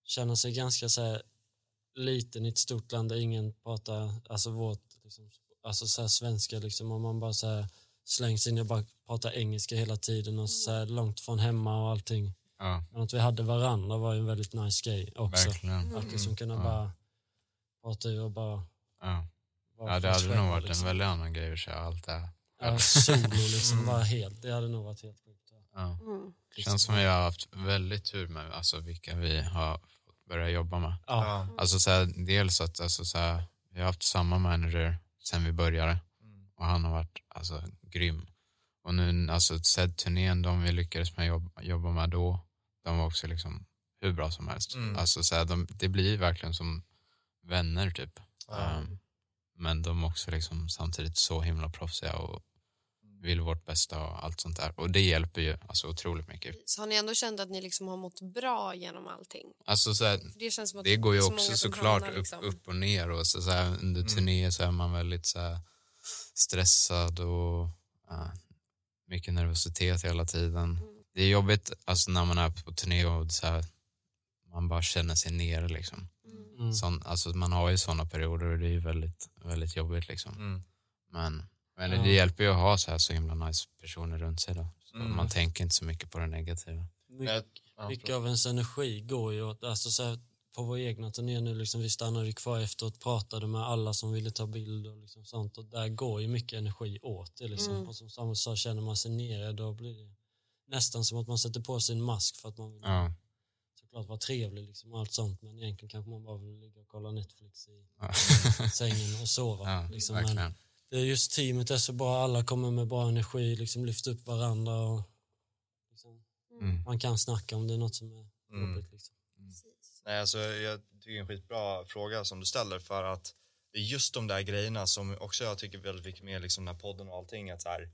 Speaker 1: känna sig ganska så här liten i ett stort land där ingen pratar alltså vårt, liksom, alltså så här svenska liksom och man bara så här slängs in och bara pratar engelska hela tiden och så här långt från hemma och allting.
Speaker 5: Ja,
Speaker 1: Men att vi hade varandra var ju en väldigt nice grej också.
Speaker 5: verkligen.
Speaker 1: Att liksom kunna
Speaker 5: Ja.
Speaker 1: bara prata ur och bara
Speaker 5: Ja.
Speaker 1: vara
Speaker 5: ja, det
Speaker 1: för oss
Speaker 5: hade
Speaker 1: själva,
Speaker 5: nog varit en
Speaker 1: liksom.
Speaker 5: väldigt annan grej att köra allt det här.
Speaker 1: Ja, solo liksom, bara helt. Det hade nog varit helt sjukt.
Speaker 5: Ja.
Speaker 2: Mm.
Speaker 5: Det känns som vi har haft väldigt tur med alltså, vilka vi har fått börja jobba med.
Speaker 1: Ja.
Speaker 5: Alltså så här, dels att alltså, så här, vi har haft samma manager sen vi började
Speaker 4: Mm.
Speaker 5: och han har varit alltså, grym. Och nu, alltså Zed-turnén, de vi lyckades med jobba, jobba med då, de var också liksom hur bra som helst.
Speaker 4: Mm.
Speaker 5: Alltså så här, de, det blir verkligen som vänner typ.
Speaker 4: Ja.
Speaker 5: Ehm, men de är också liksom samtidigt så himla proffsiga och vill vårt bästa och allt sånt där. Och det hjälper ju alltså otroligt mycket.
Speaker 2: Så har ni ändå känt att ni liksom har mått bra genom allting?
Speaker 5: Alltså så här,
Speaker 2: För Det, känns som att
Speaker 5: Det går ju
Speaker 2: så många
Speaker 5: också
Speaker 2: som
Speaker 5: såklart
Speaker 2: hamnar liksom-
Speaker 5: upp, upp och ner och så, så här, under turnéer så är man väldigt så här, stressad och ja, mycket nervositet hela tiden.
Speaker 2: Mm.
Speaker 5: Det är jobbigt alltså, när man är på turné och så här, man bara känner sig nere liksom.
Speaker 1: Mm.
Speaker 5: Sån, alltså, man har ju sådana perioder och det är ju väldigt, väldigt jobbigt liksom.
Speaker 4: Mm.
Speaker 5: Men, men
Speaker 1: Ja.
Speaker 5: det hjälper ju att ha så här så himla nice personer runt sig då. Så
Speaker 4: Mm.
Speaker 5: Man tänker inte så mycket på det negativa.
Speaker 1: My-
Speaker 4: Ja,
Speaker 1: mycket av ens energi går ju åt, alltså så här, på vår egna turné nu, liksom, vi stannade ju kvar efteråt och pratade med alla som ville ta bild och liksom sånt och där går ju mycket energi åt det liksom.
Speaker 2: Mm.
Speaker 1: Och som Samuel sa, känner man sig nere då blir det nästan som att man sätter på sig en mask för att man vill
Speaker 5: Ja.
Speaker 1: såklart vara trevlig liksom, och allt sånt men egentligen kanske man bara vill ligga och kolla Netflix i
Speaker 5: Ja.
Speaker 1: sängen och sova.
Speaker 5: ja,
Speaker 1: liksom. men,
Speaker 5: verkligen.
Speaker 1: det är just teamet är så bra, alla kommer med bra energi, liksom lyfter upp varandra och liksom,
Speaker 5: Mm.
Speaker 1: man kan snacka om det är något som är
Speaker 4: Mm.
Speaker 1: jobbigt. Liksom.
Speaker 4: Nej, alltså, jag tycker det är en skitbra fråga som du ställer för att det är just de där grejerna som också jag tycker väldigt mycket med liksom den här podden och allting att så här,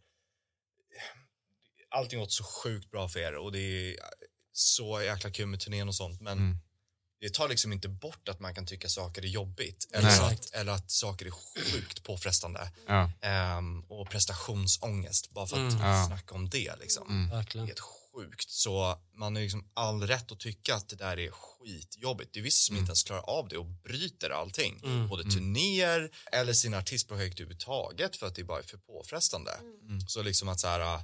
Speaker 4: allting har gått så sjukt bra för er och det är så jäkla kul med turnén och sånt men
Speaker 5: Mm.
Speaker 4: det tar liksom inte bort att man kan tycka saker är jobbigt
Speaker 1: Nej.
Speaker 4: eller, att,
Speaker 1: Exakt.
Speaker 4: eller att saker är sjukt påfrestande
Speaker 5: Ja.
Speaker 4: ehm, och prestationsångest bara för att
Speaker 1: Mm.
Speaker 5: Ja.
Speaker 4: snacka om det liksom
Speaker 5: Mm.
Speaker 1: Verkligen.
Speaker 4: helt sjukt. Så man har liksom all rätt att tycka att det där är skitjobbigt. Det är vissa som inte ens klarar av det och bryter allting.
Speaker 1: Mm.
Speaker 4: Både turnéer eller sina artistprojekt överhuvudtaget för att det bara är för påfrestande.
Speaker 1: Mm.
Speaker 4: Så liksom att så här, äh,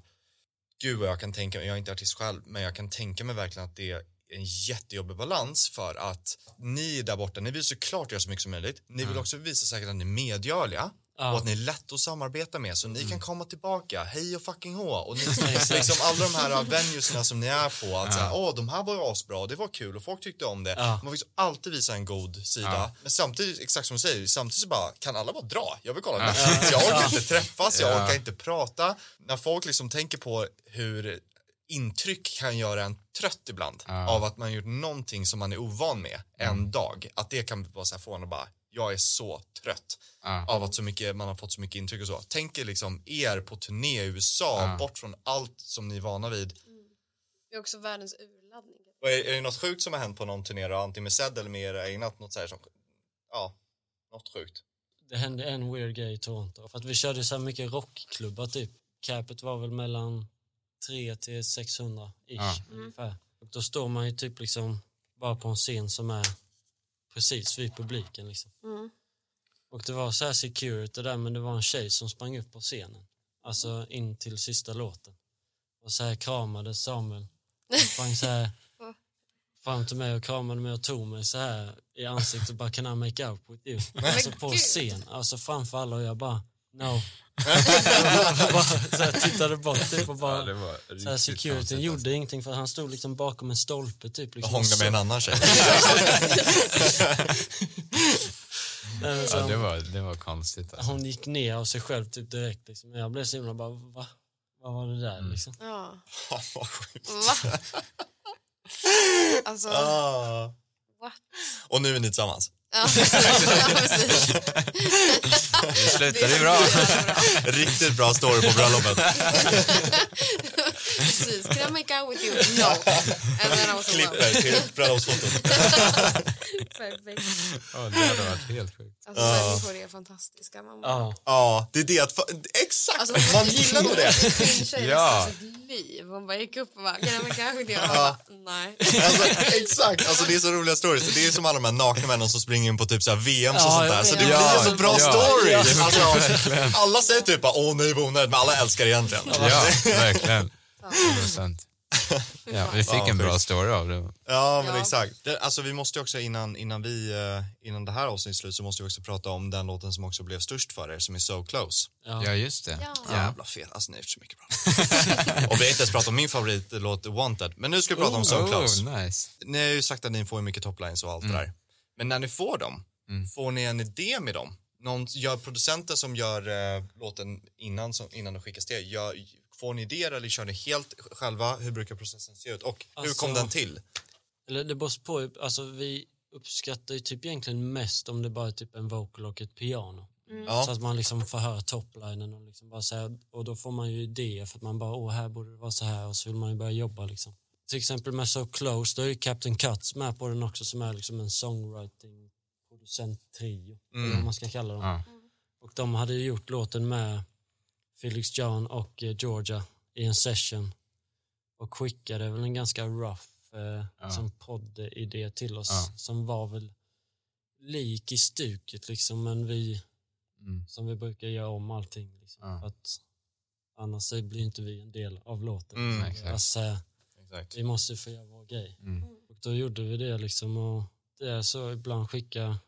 Speaker 4: gud vad jag kan tänka mig, jag är inte artist själv, men jag kan tänka mig verkligen att det är en jättejobbig balans för att ni där borta, ni vill såklart göra så mycket som möjligt. Ni vill också visa säkert att ni är medgörliga
Speaker 1: Ja.
Speaker 4: och att ni är lätt att samarbeta med så ni
Speaker 5: Mm.
Speaker 4: kan komma tillbaka, hej och fucking hå. Och ni, liksom alla de här venuesna som ni är på, att så här, åh de här var asbra, det var kul och folk tyckte om det.
Speaker 1: Ja.
Speaker 4: Man vill liksom alltid visa en god sida.
Speaker 5: Ja.
Speaker 4: Men samtidigt, exakt som du säger, samtidigt så bara, kan alla bara dra? Jag vill kolla Netflix, jag orkar inte träffas, jag
Speaker 5: Ja.
Speaker 4: orkar inte prata. När folk liksom tänker på hur intryck kan göra en trött ibland
Speaker 5: Ja. Mm.
Speaker 4: av att man gjort någonting som man är ovan med en dag, att det kan vara så här få en att bara, jag är så trött
Speaker 5: Ja.
Speaker 4: av att så mycket, man har fått så mycket intryck och så. Tänk er liksom er på turné i USA,
Speaker 5: Ja.
Speaker 4: bort från allt som ni är vana vid.
Speaker 2: Det är också världens urladdning.
Speaker 4: Och är, är det något sjukt som har hänt på någon turné då? Antingen med Zed eller med era egna? Något så här som, ja, något sjukt.
Speaker 1: Det hände en weird grej i Toronto. För att vi körde så här mycket rockklubbar typ. Capet var väl mellan 3 till 600 ish
Speaker 5: Ja.
Speaker 1: ungefär. Och då står man ju typ liksom bara på en scen som är precis vid publiken liksom.
Speaker 2: Mm.
Speaker 1: Och det var så här security där men det var en tjej som sprang upp på scenen. Alltså in till sista låten. Och så här kramade Samuel. Och sprang så här fram till mig och kramade mig och tog mig så här i ansiktet och bara can I make out with you? Alltså på
Speaker 2: gud.
Speaker 1: scen, alltså framför alla och jag bara no. Jag bara så här tittade bort typ och bara så här, securityn
Speaker 5: alltså.
Speaker 1: gjorde ingenting för han stod liksom bakom en stolpe typ.
Speaker 4: Jag
Speaker 1: Liksom,
Speaker 4: hånglade
Speaker 1: och så-
Speaker 4: med en annan tjej.
Speaker 1: Nej, men Eh, så
Speaker 5: Ja,
Speaker 1: han-
Speaker 5: det var, det var konstigt. Alltså.
Speaker 1: hon gick ner av sig själv typ direkt. Liksom. Jag blev så himla bara, va? Vad var det där
Speaker 5: Mm.
Speaker 1: liksom?
Speaker 2: Ja.
Speaker 4: Fan, vad sjukt.
Speaker 2: Va? alltså,
Speaker 4: Ah.
Speaker 2: what?
Speaker 4: Och nu är ni tillsammans.
Speaker 2: Ja, precis. Ja, precis.
Speaker 5: Det
Speaker 2: Det
Speaker 5: slutade
Speaker 2: är bra.
Speaker 4: Riktigt bra story på bröllopet.
Speaker 2: Precis. Can I make out with you? No. And then I was in love.
Speaker 4: Klipper till bröllopsfotot.
Speaker 2: Perfekt.
Speaker 5: Ja, det hade varit helt sjukt.
Speaker 2: Alltså, människor är fantastiska. Man bara-
Speaker 1: Ja,
Speaker 4: Ja, det är det att, fa- exakt,
Speaker 2: Alltså,
Speaker 4: man gillar nog det.
Speaker 2: Min tjej
Speaker 5: Ja.
Speaker 2: ja. sitt alltså, liv. Hon bara gick upp och bara, kan jag kanske inte göra det? Jag bara, Nej.
Speaker 4: Alltså, exakt, alltså, det är så roliga stories. Det är som alla de här nakna männen som springer in på typ så här VM och
Speaker 1: Ja,
Speaker 4: sånt där.
Speaker 1: jag
Speaker 4: Så det
Speaker 1: vet.
Speaker 4: blir
Speaker 5: Ja,
Speaker 4: en så bra
Speaker 5: ja.
Speaker 4: story. Alltså, alla säger typ bara, åh nej vad onödigt, men alla älskar det egentligen.
Speaker 5: Ja, verkligen. 100%. Ja, vi fick
Speaker 4: Ja,
Speaker 5: en bra
Speaker 4: precis.
Speaker 5: story av det.
Speaker 4: Ja, men
Speaker 2: Ja.
Speaker 4: exakt. Det, alltså vi måste ju också innan, innan vi, eh, innan det här avsnittet är slut så måste vi också prata om den låten som också blev störst för er som är So Close.
Speaker 5: Ja, just det.
Speaker 2: Ja.
Speaker 4: Jävla fet, alltså ni har gjort så mycket bra. och vi har inte ens pratat om min favoritlåt Wanted, men nu ska vi prata om So Close.
Speaker 5: Oh, nice.
Speaker 4: Ni har ju sagt att ni får ju mycket toplines och allt
Speaker 1: Mm.
Speaker 4: det där. Men när ni får dem, får ni en idé med dem? Någon, gör producenten som gör eh, låten innan, som, innan den skickas till er, gör, får ni idéer eller kör ni helt själva? Hur brukar processen se ut? Och hur
Speaker 1: Alltså-
Speaker 4: kom den till?
Speaker 1: Eller det beror på, alltså vi uppskattar ju typ egentligen mest om det bara är typ en vocal och ett piano.
Speaker 4: Ja.
Speaker 1: Så att man liksom får höra toplinen och liksom bara så här, och då får man ju idéer för att man bara, åh här borde det vara så här och så vill man ju börja jobba liksom. Till exempel med So Close, då är ju Captain Cuts med på den också som är liksom en songwriting producenttrio,
Speaker 4: Mm.
Speaker 1: eller vad man ska kalla dem.
Speaker 5: Mm. Ja.
Speaker 1: Och de hade ju gjort låten med Felix John och eh, Georgia i en session och skickade väl en ganska rough eh,
Speaker 5: Ja.
Speaker 1: som poddidé till oss
Speaker 5: Ja.
Speaker 1: som var väl lik i stuket liksom men vi
Speaker 5: Mm.
Speaker 1: som vi brukar göra om allting. Liksom,
Speaker 5: Ja.
Speaker 1: för att annars så blir inte vi en del av låten.
Speaker 4: Mm,
Speaker 1: Så
Speaker 5: exakt.
Speaker 1: alltså,
Speaker 4: Exakt.
Speaker 1: vi måste få göra vår grej.
Speaker 5: Mm.
Speaker 1: Och då gjorde vi det liksom och det är så ibland skicka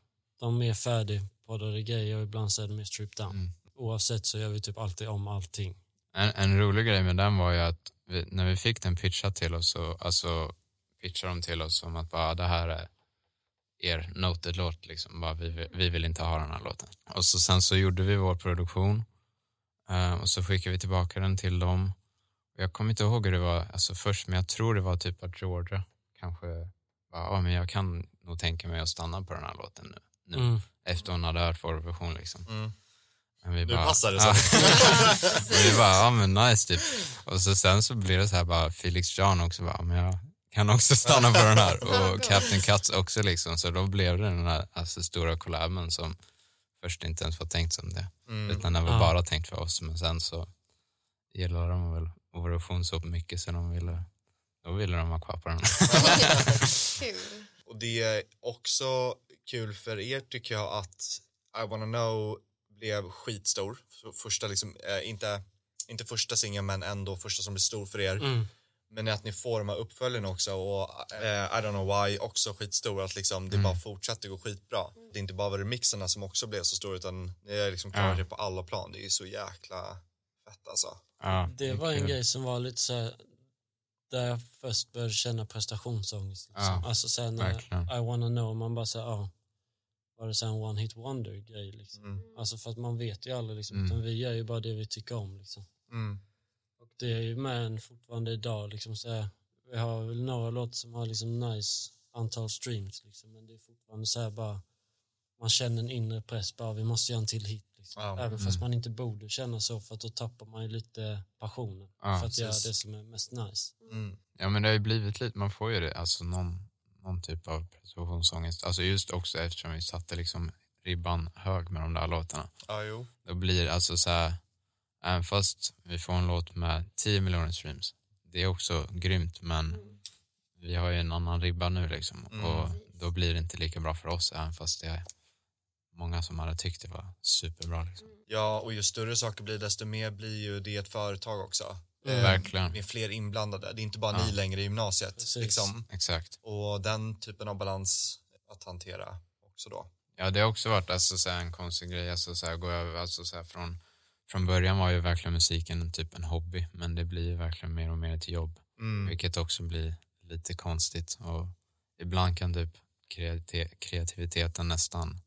Speaker 1: de mer färdigpoddade grejer och ibland så är det mer stripped down.
Speaker 5: Mm.
Speaker 1: Oavsett så gör vi typ alltid om allting.
Speaker 5: En, en rolig grej med den var ju att vi, när vi fick den pitchad till oss så alltså, pitchade de till oss som att bara, "Ah, det här är er noted-låt. Liksom. Bara, vi, vill- vi vill inte ha den här låten. Och så, sen så gjorde vi vår produktion eh, och så skickade vi tillbaka den till dem. Och jag kommer inte ihåg hur det var alltså, först, men jag tror det var typ att Georgia kanske bara, ja men jag kan nog tänka mig att stanna på den här låten nu. nu.
Speaker 1: Mm.
Speaker 5: Efter hon hade hört vår version. Liksom.
Speaker 4: Mm.
Speaker 5: Men vi
Speaker 4: Nu passar det
Speaker 5: Ja.
Speaker 4: så.
Speaker 5: Och vi bara, ja men nice typ. Och så sen så blir det så här bara Felix John också bara, men jag kan också stanna på den här. Och Captain Cuts också liksom. Så då blev det den här alltså, stora collaben som först inte ens var tänkt som det.
Speaker 4: Mm.
Speaker 5: Utan den var
Speaker 1: Ja.
Speaker 5: bara tänkt för oss. Men sen så gillade de väl vår version så mycket så de ville, då ville de ha kvar på den.
Speaker 2: Kul.
Speaker 4: Och det är också kul för er tycker jag att I wanna know blev skitstor. F- Första liksom, eh, inte, inte första singeln men ändå första som blev stor för er.
Speaker 1: Mm.
Speaker 4: Men att ni får de här uppföljarna också och eh, I don't know why också skitstor. Att liksom
Speaker 5: Mm.
Speaker 4: det bara fortsatte gå skitbra. Det är inte bara remixerna som också blev så stora utan ni har liksom klarat
Speaker 5: Ja.
Speaker 4: det på alla plan. Det är ju så jäkla fett alltså.
Speaker 5: Ja,
Speaker 1: Det var en
Speaker 5: kul.
Speaker 1: grej som var lite så här, där jag först började känna prestationsångest. Liksom.
Speaker 5: Ja,
Speaker 1: Alltså sen
Speaker 5: verkligen.
Speaker 1: I wanna know, man bara säger ja, var det så här en one hit wonder grej liksom. Alltså för att man vet ju aldrig liksom,
Speaker 5: Mm.
Speaker 1: utan vi gör ju bara det vi tycker om liksom.
Speaker 4: Mm.
Speaker 1: Och det är ju med en fortfarande idag liksom så här, vi har väl några låtar som har liksom nice antal streams liksom, men det är fortfarande så här bara, man känner en inre press bara, vi måste göra en till hit liksom.
Speaker 4: Ja. mm.
Speaker 1: Även fast man inte borde känna så för att då tappar man ju lite passionen
Speaker 5: Ja,
Speaker 1: för att göra
Speaker 4: precis.
Speaker 1: det som är mest nice.
Speaker 4: Mm.
Speaker 5: Ja men det har ju blivit lite, man får ju det, alltså någon, någon typ av prestationsångest. Alltså just också eftersom vi satte liksom ribban hög med de där låtarna.
Speaker 4: Ja, jo.
Speaker 5: Då blir det alltså så här, även fast vi får en låt med 10 miljoner streams, det är också grymt men vi har ju en annan ribba nu liksom
Speaker 4: Mm.
Speaker 5: och då blir det inte lika bra för oss även fast det är många som hade tyckt det var superbra liksom.
Speaker 4: Ja, och ju större saker blir desto mer blir ju det ett företag också.
Speaker 1: Mm.
Speaker 4: Eh,
Speaker 5: Verkligen,
Speaker 4: med fler inblandade. Det är inte bara
Speaker 5: Ja.
Speaker 4: ni längre i gymnasiet.
Speaker 1: Precis.
Speaker 4: Liksom.
Speaker 5: exakt.
Speaker 4: Och den typen av balans att hantera också då.
Speaker 5: Ja, det har också varit alltså, så här, en konstig grej. Alltså, så här, gå över, alltså, så här, från, från början var ju verkligen musiken typ en hobby, men det blir ju verkligen mer och mer ett jobb,
Speaker 4: Mm.
Speaker 5: vilket också blir lite konstigt. Och ibland kan typ kreati- kreativiteten nästan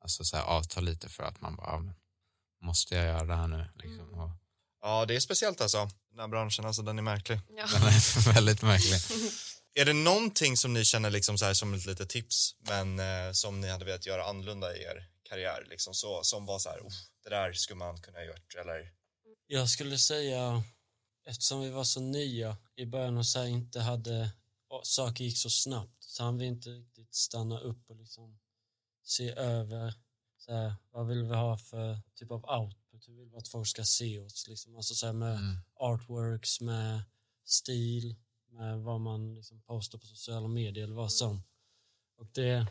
Speaker 5: alltså, så här, avta lite för att man bara, ja, men, måste jag göra det här nu? Liksom. Och,
Speaker 4: Ja, det är speciellt alltså. Den här branschen, alltså den är märklig.
Speaker 2: Ja.
Speaker 5: den är väldigt märklig.
Speaker 4: Är det någonting som ni känner liksom så här som ett litet tips, men eh, som ni hade velat göra annorlunda i er karriär? Liksom så, som var så här, "Uff, det där skulle man kunna ha gjort. Eller,
Speaker 1: Jag skulle säga, eftersom vi var så nya i början och så här inte hade, och saker gick så snabbt så hann vi inte riktigt stanna upp och liksom se över så här, vad vill vi ha för typ av output, hur vill vi att folk ska se oss liksom, alltså så här med
Speaker 5: Mm.
Speaker 1: artworks, med stil, med vad man liksom postar på sociala medier eller vad som. Och det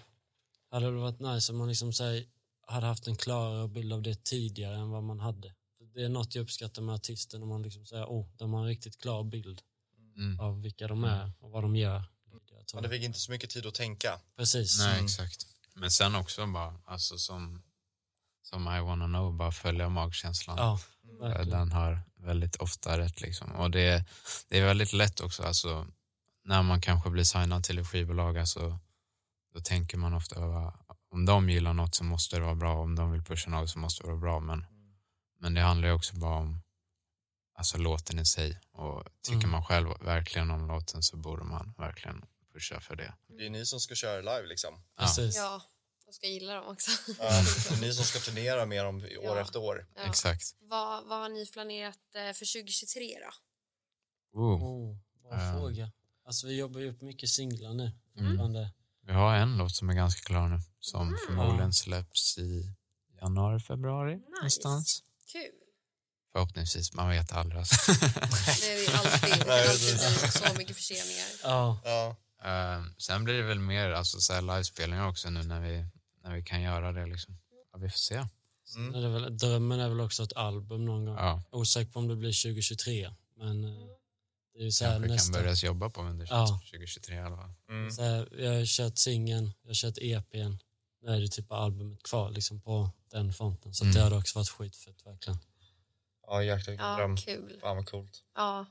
Speaker 1: hade väl varit nice om man liksom så här, hade haft en klarare bild av det tidigare än "Oh, vad man hade. Det är något jag uppskattar med artisten, om man liksom säger åh, de har en riktigt klar bild
Speaker 5: Mm.
Speaker 1: av vilka de är och vad de gör. Jag tror-
Speaker 4: Men det fick inte så mycket tid att tänka.
Speaker 1: Precis.
Speaker 5: Nej,
Speaker 4: Mm.
Speaker 5: exakt. Men sen också bara, alltså som, som I wanna know, bara följa magkänslan.
Speaker 1: Ja,
Speaker 5: Eh,
Speaker 1: verkligen.
Speaker 5: Den har väldigt ofta rätt liksom. Och det, det är väldigt lätt också, alltså när man kanske blir signad till ett skivbolag, alltså, då tänker man ofta va, om de gillar något så måste det vara bra, om de vill pusha något så måste det vara bra. Men,
Speaker 1: Mm.
Speaker 5: men det handlar ju också bara om alltså, låten i sig. Och tycker
Speaker 1: Mm.
Speaker 5: man själv verkligen om låten så borde man verkligen pusha för det.
Speaker 4: Det är ni som ska köra live liksom.
Speaker 5: Ja.
Speaker 1: Precis.
Speaker 2: Ja, de ska gilla dem också.
Speaker 4: Ja, det är ni som ska turnera med dem i år
Speaker 2: Ja.
Speaker 4: efter år.
Speaker 2: Ja.
Speaker 5: Exakt.
Speaker 2: Vad, vad har ni planerat eh, för 2023 då?
Speaker 5: Wow.
Speaker 1: Oh, bra
Speaker 5: Ehm.
Speaker 1: fråga. Alltså vi jobbar ju upp mycket singlar nu.
Speaker 5: Mm.
Speaker 1: fortfarande.
Speaker 5: Vi har en låt som är ganska klar nu, som
Speaker 1: Ah.
Speaker 5: förmodligen släpps i januari, februari någonstans.
Speaker 2: Kul.
Speaker 5: Förhoppningsvis, man vet aldrig. Alltså.
Speaker 2: Det är ju alltid, det kan
Speaker 4: Nej,
Speaker 2: alltid
Speaker 4: det
Speaker 2: bli så mycket förseningar.
Speaker 1: Ja,
Speaker 4: Ja.
Speaker 5: Eh, sen blir det väl mer alltså, så här livespelningar också nu när vi, när vi kan göra det. Liksom. Ja, vi får se.
Speaker 4: Mm.
Speaker 1: det är väl, drömmen är väl också ett album någon gång.
Speaker 5: Ja,
Speaker 1: Osäker på om det blir 2023. Men eh, det är ju så här
Speaker 5: kanske
Speaker 1: nästa...
Speaker 5: kan börja jobba på under
Speaker 1: Ja.
Speaker 5: 2023 i alla fall.
Speaker 4: Mm.
Speaker 1: Så här, jag har kört singeln, jag har kört EPn. Nu är det typ bara albumet kvar liksom på den fronten. Så att det
Speaker 5: Mm.
Speaker 1: hade också varit skitfett verkligen.
Speaker 4: Ja, jäklar vilken
Speaker 2: Ja,
Speaker 4: dröm.
Speaker 2: kul.
Speaker 4: Fan vad coolt.
Speaker 2: Ja,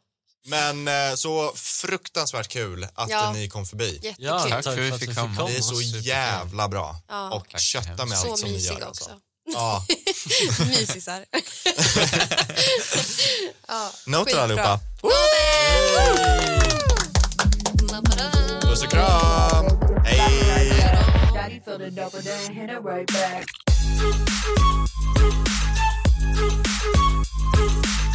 Speaker 4: Men eh, så fruktansvärt kul att
Speaker 2: Ja.
Speaker 4: ni kom förbi.
Speaker 2: jättekul.
Speaker 1: Ja,
Speaker 5: tack för att vi
Speaker 1: att
Speaker 5: fick komma.
Speaker 4: Det är så
Speaker 5: Superkul.
Speaker 4: jävla bra.
Speaker 2: Ja.
Speaker 4: Och
Speaker 5: Tack så
Speaker 4: kötta
Speaker 5: hemskt.
Speaker 4: med allt
Speaker 2: så
Speaker 4: som ni
Speaker 2: mysiga
Speaker 4: gör. Alltså.
Speaker 2: också.
Speaker 4: Ja.
Speaker 2: Mysisar. ja,
Speaker 4: Noter
Speaker 2: skitbra.
Speaker 4: allihopa.
Speaker 2: Woo!
Speaker 4: Puss och kram! Hej!
Speaker 3: Daddy filled it up, but then hit it right back.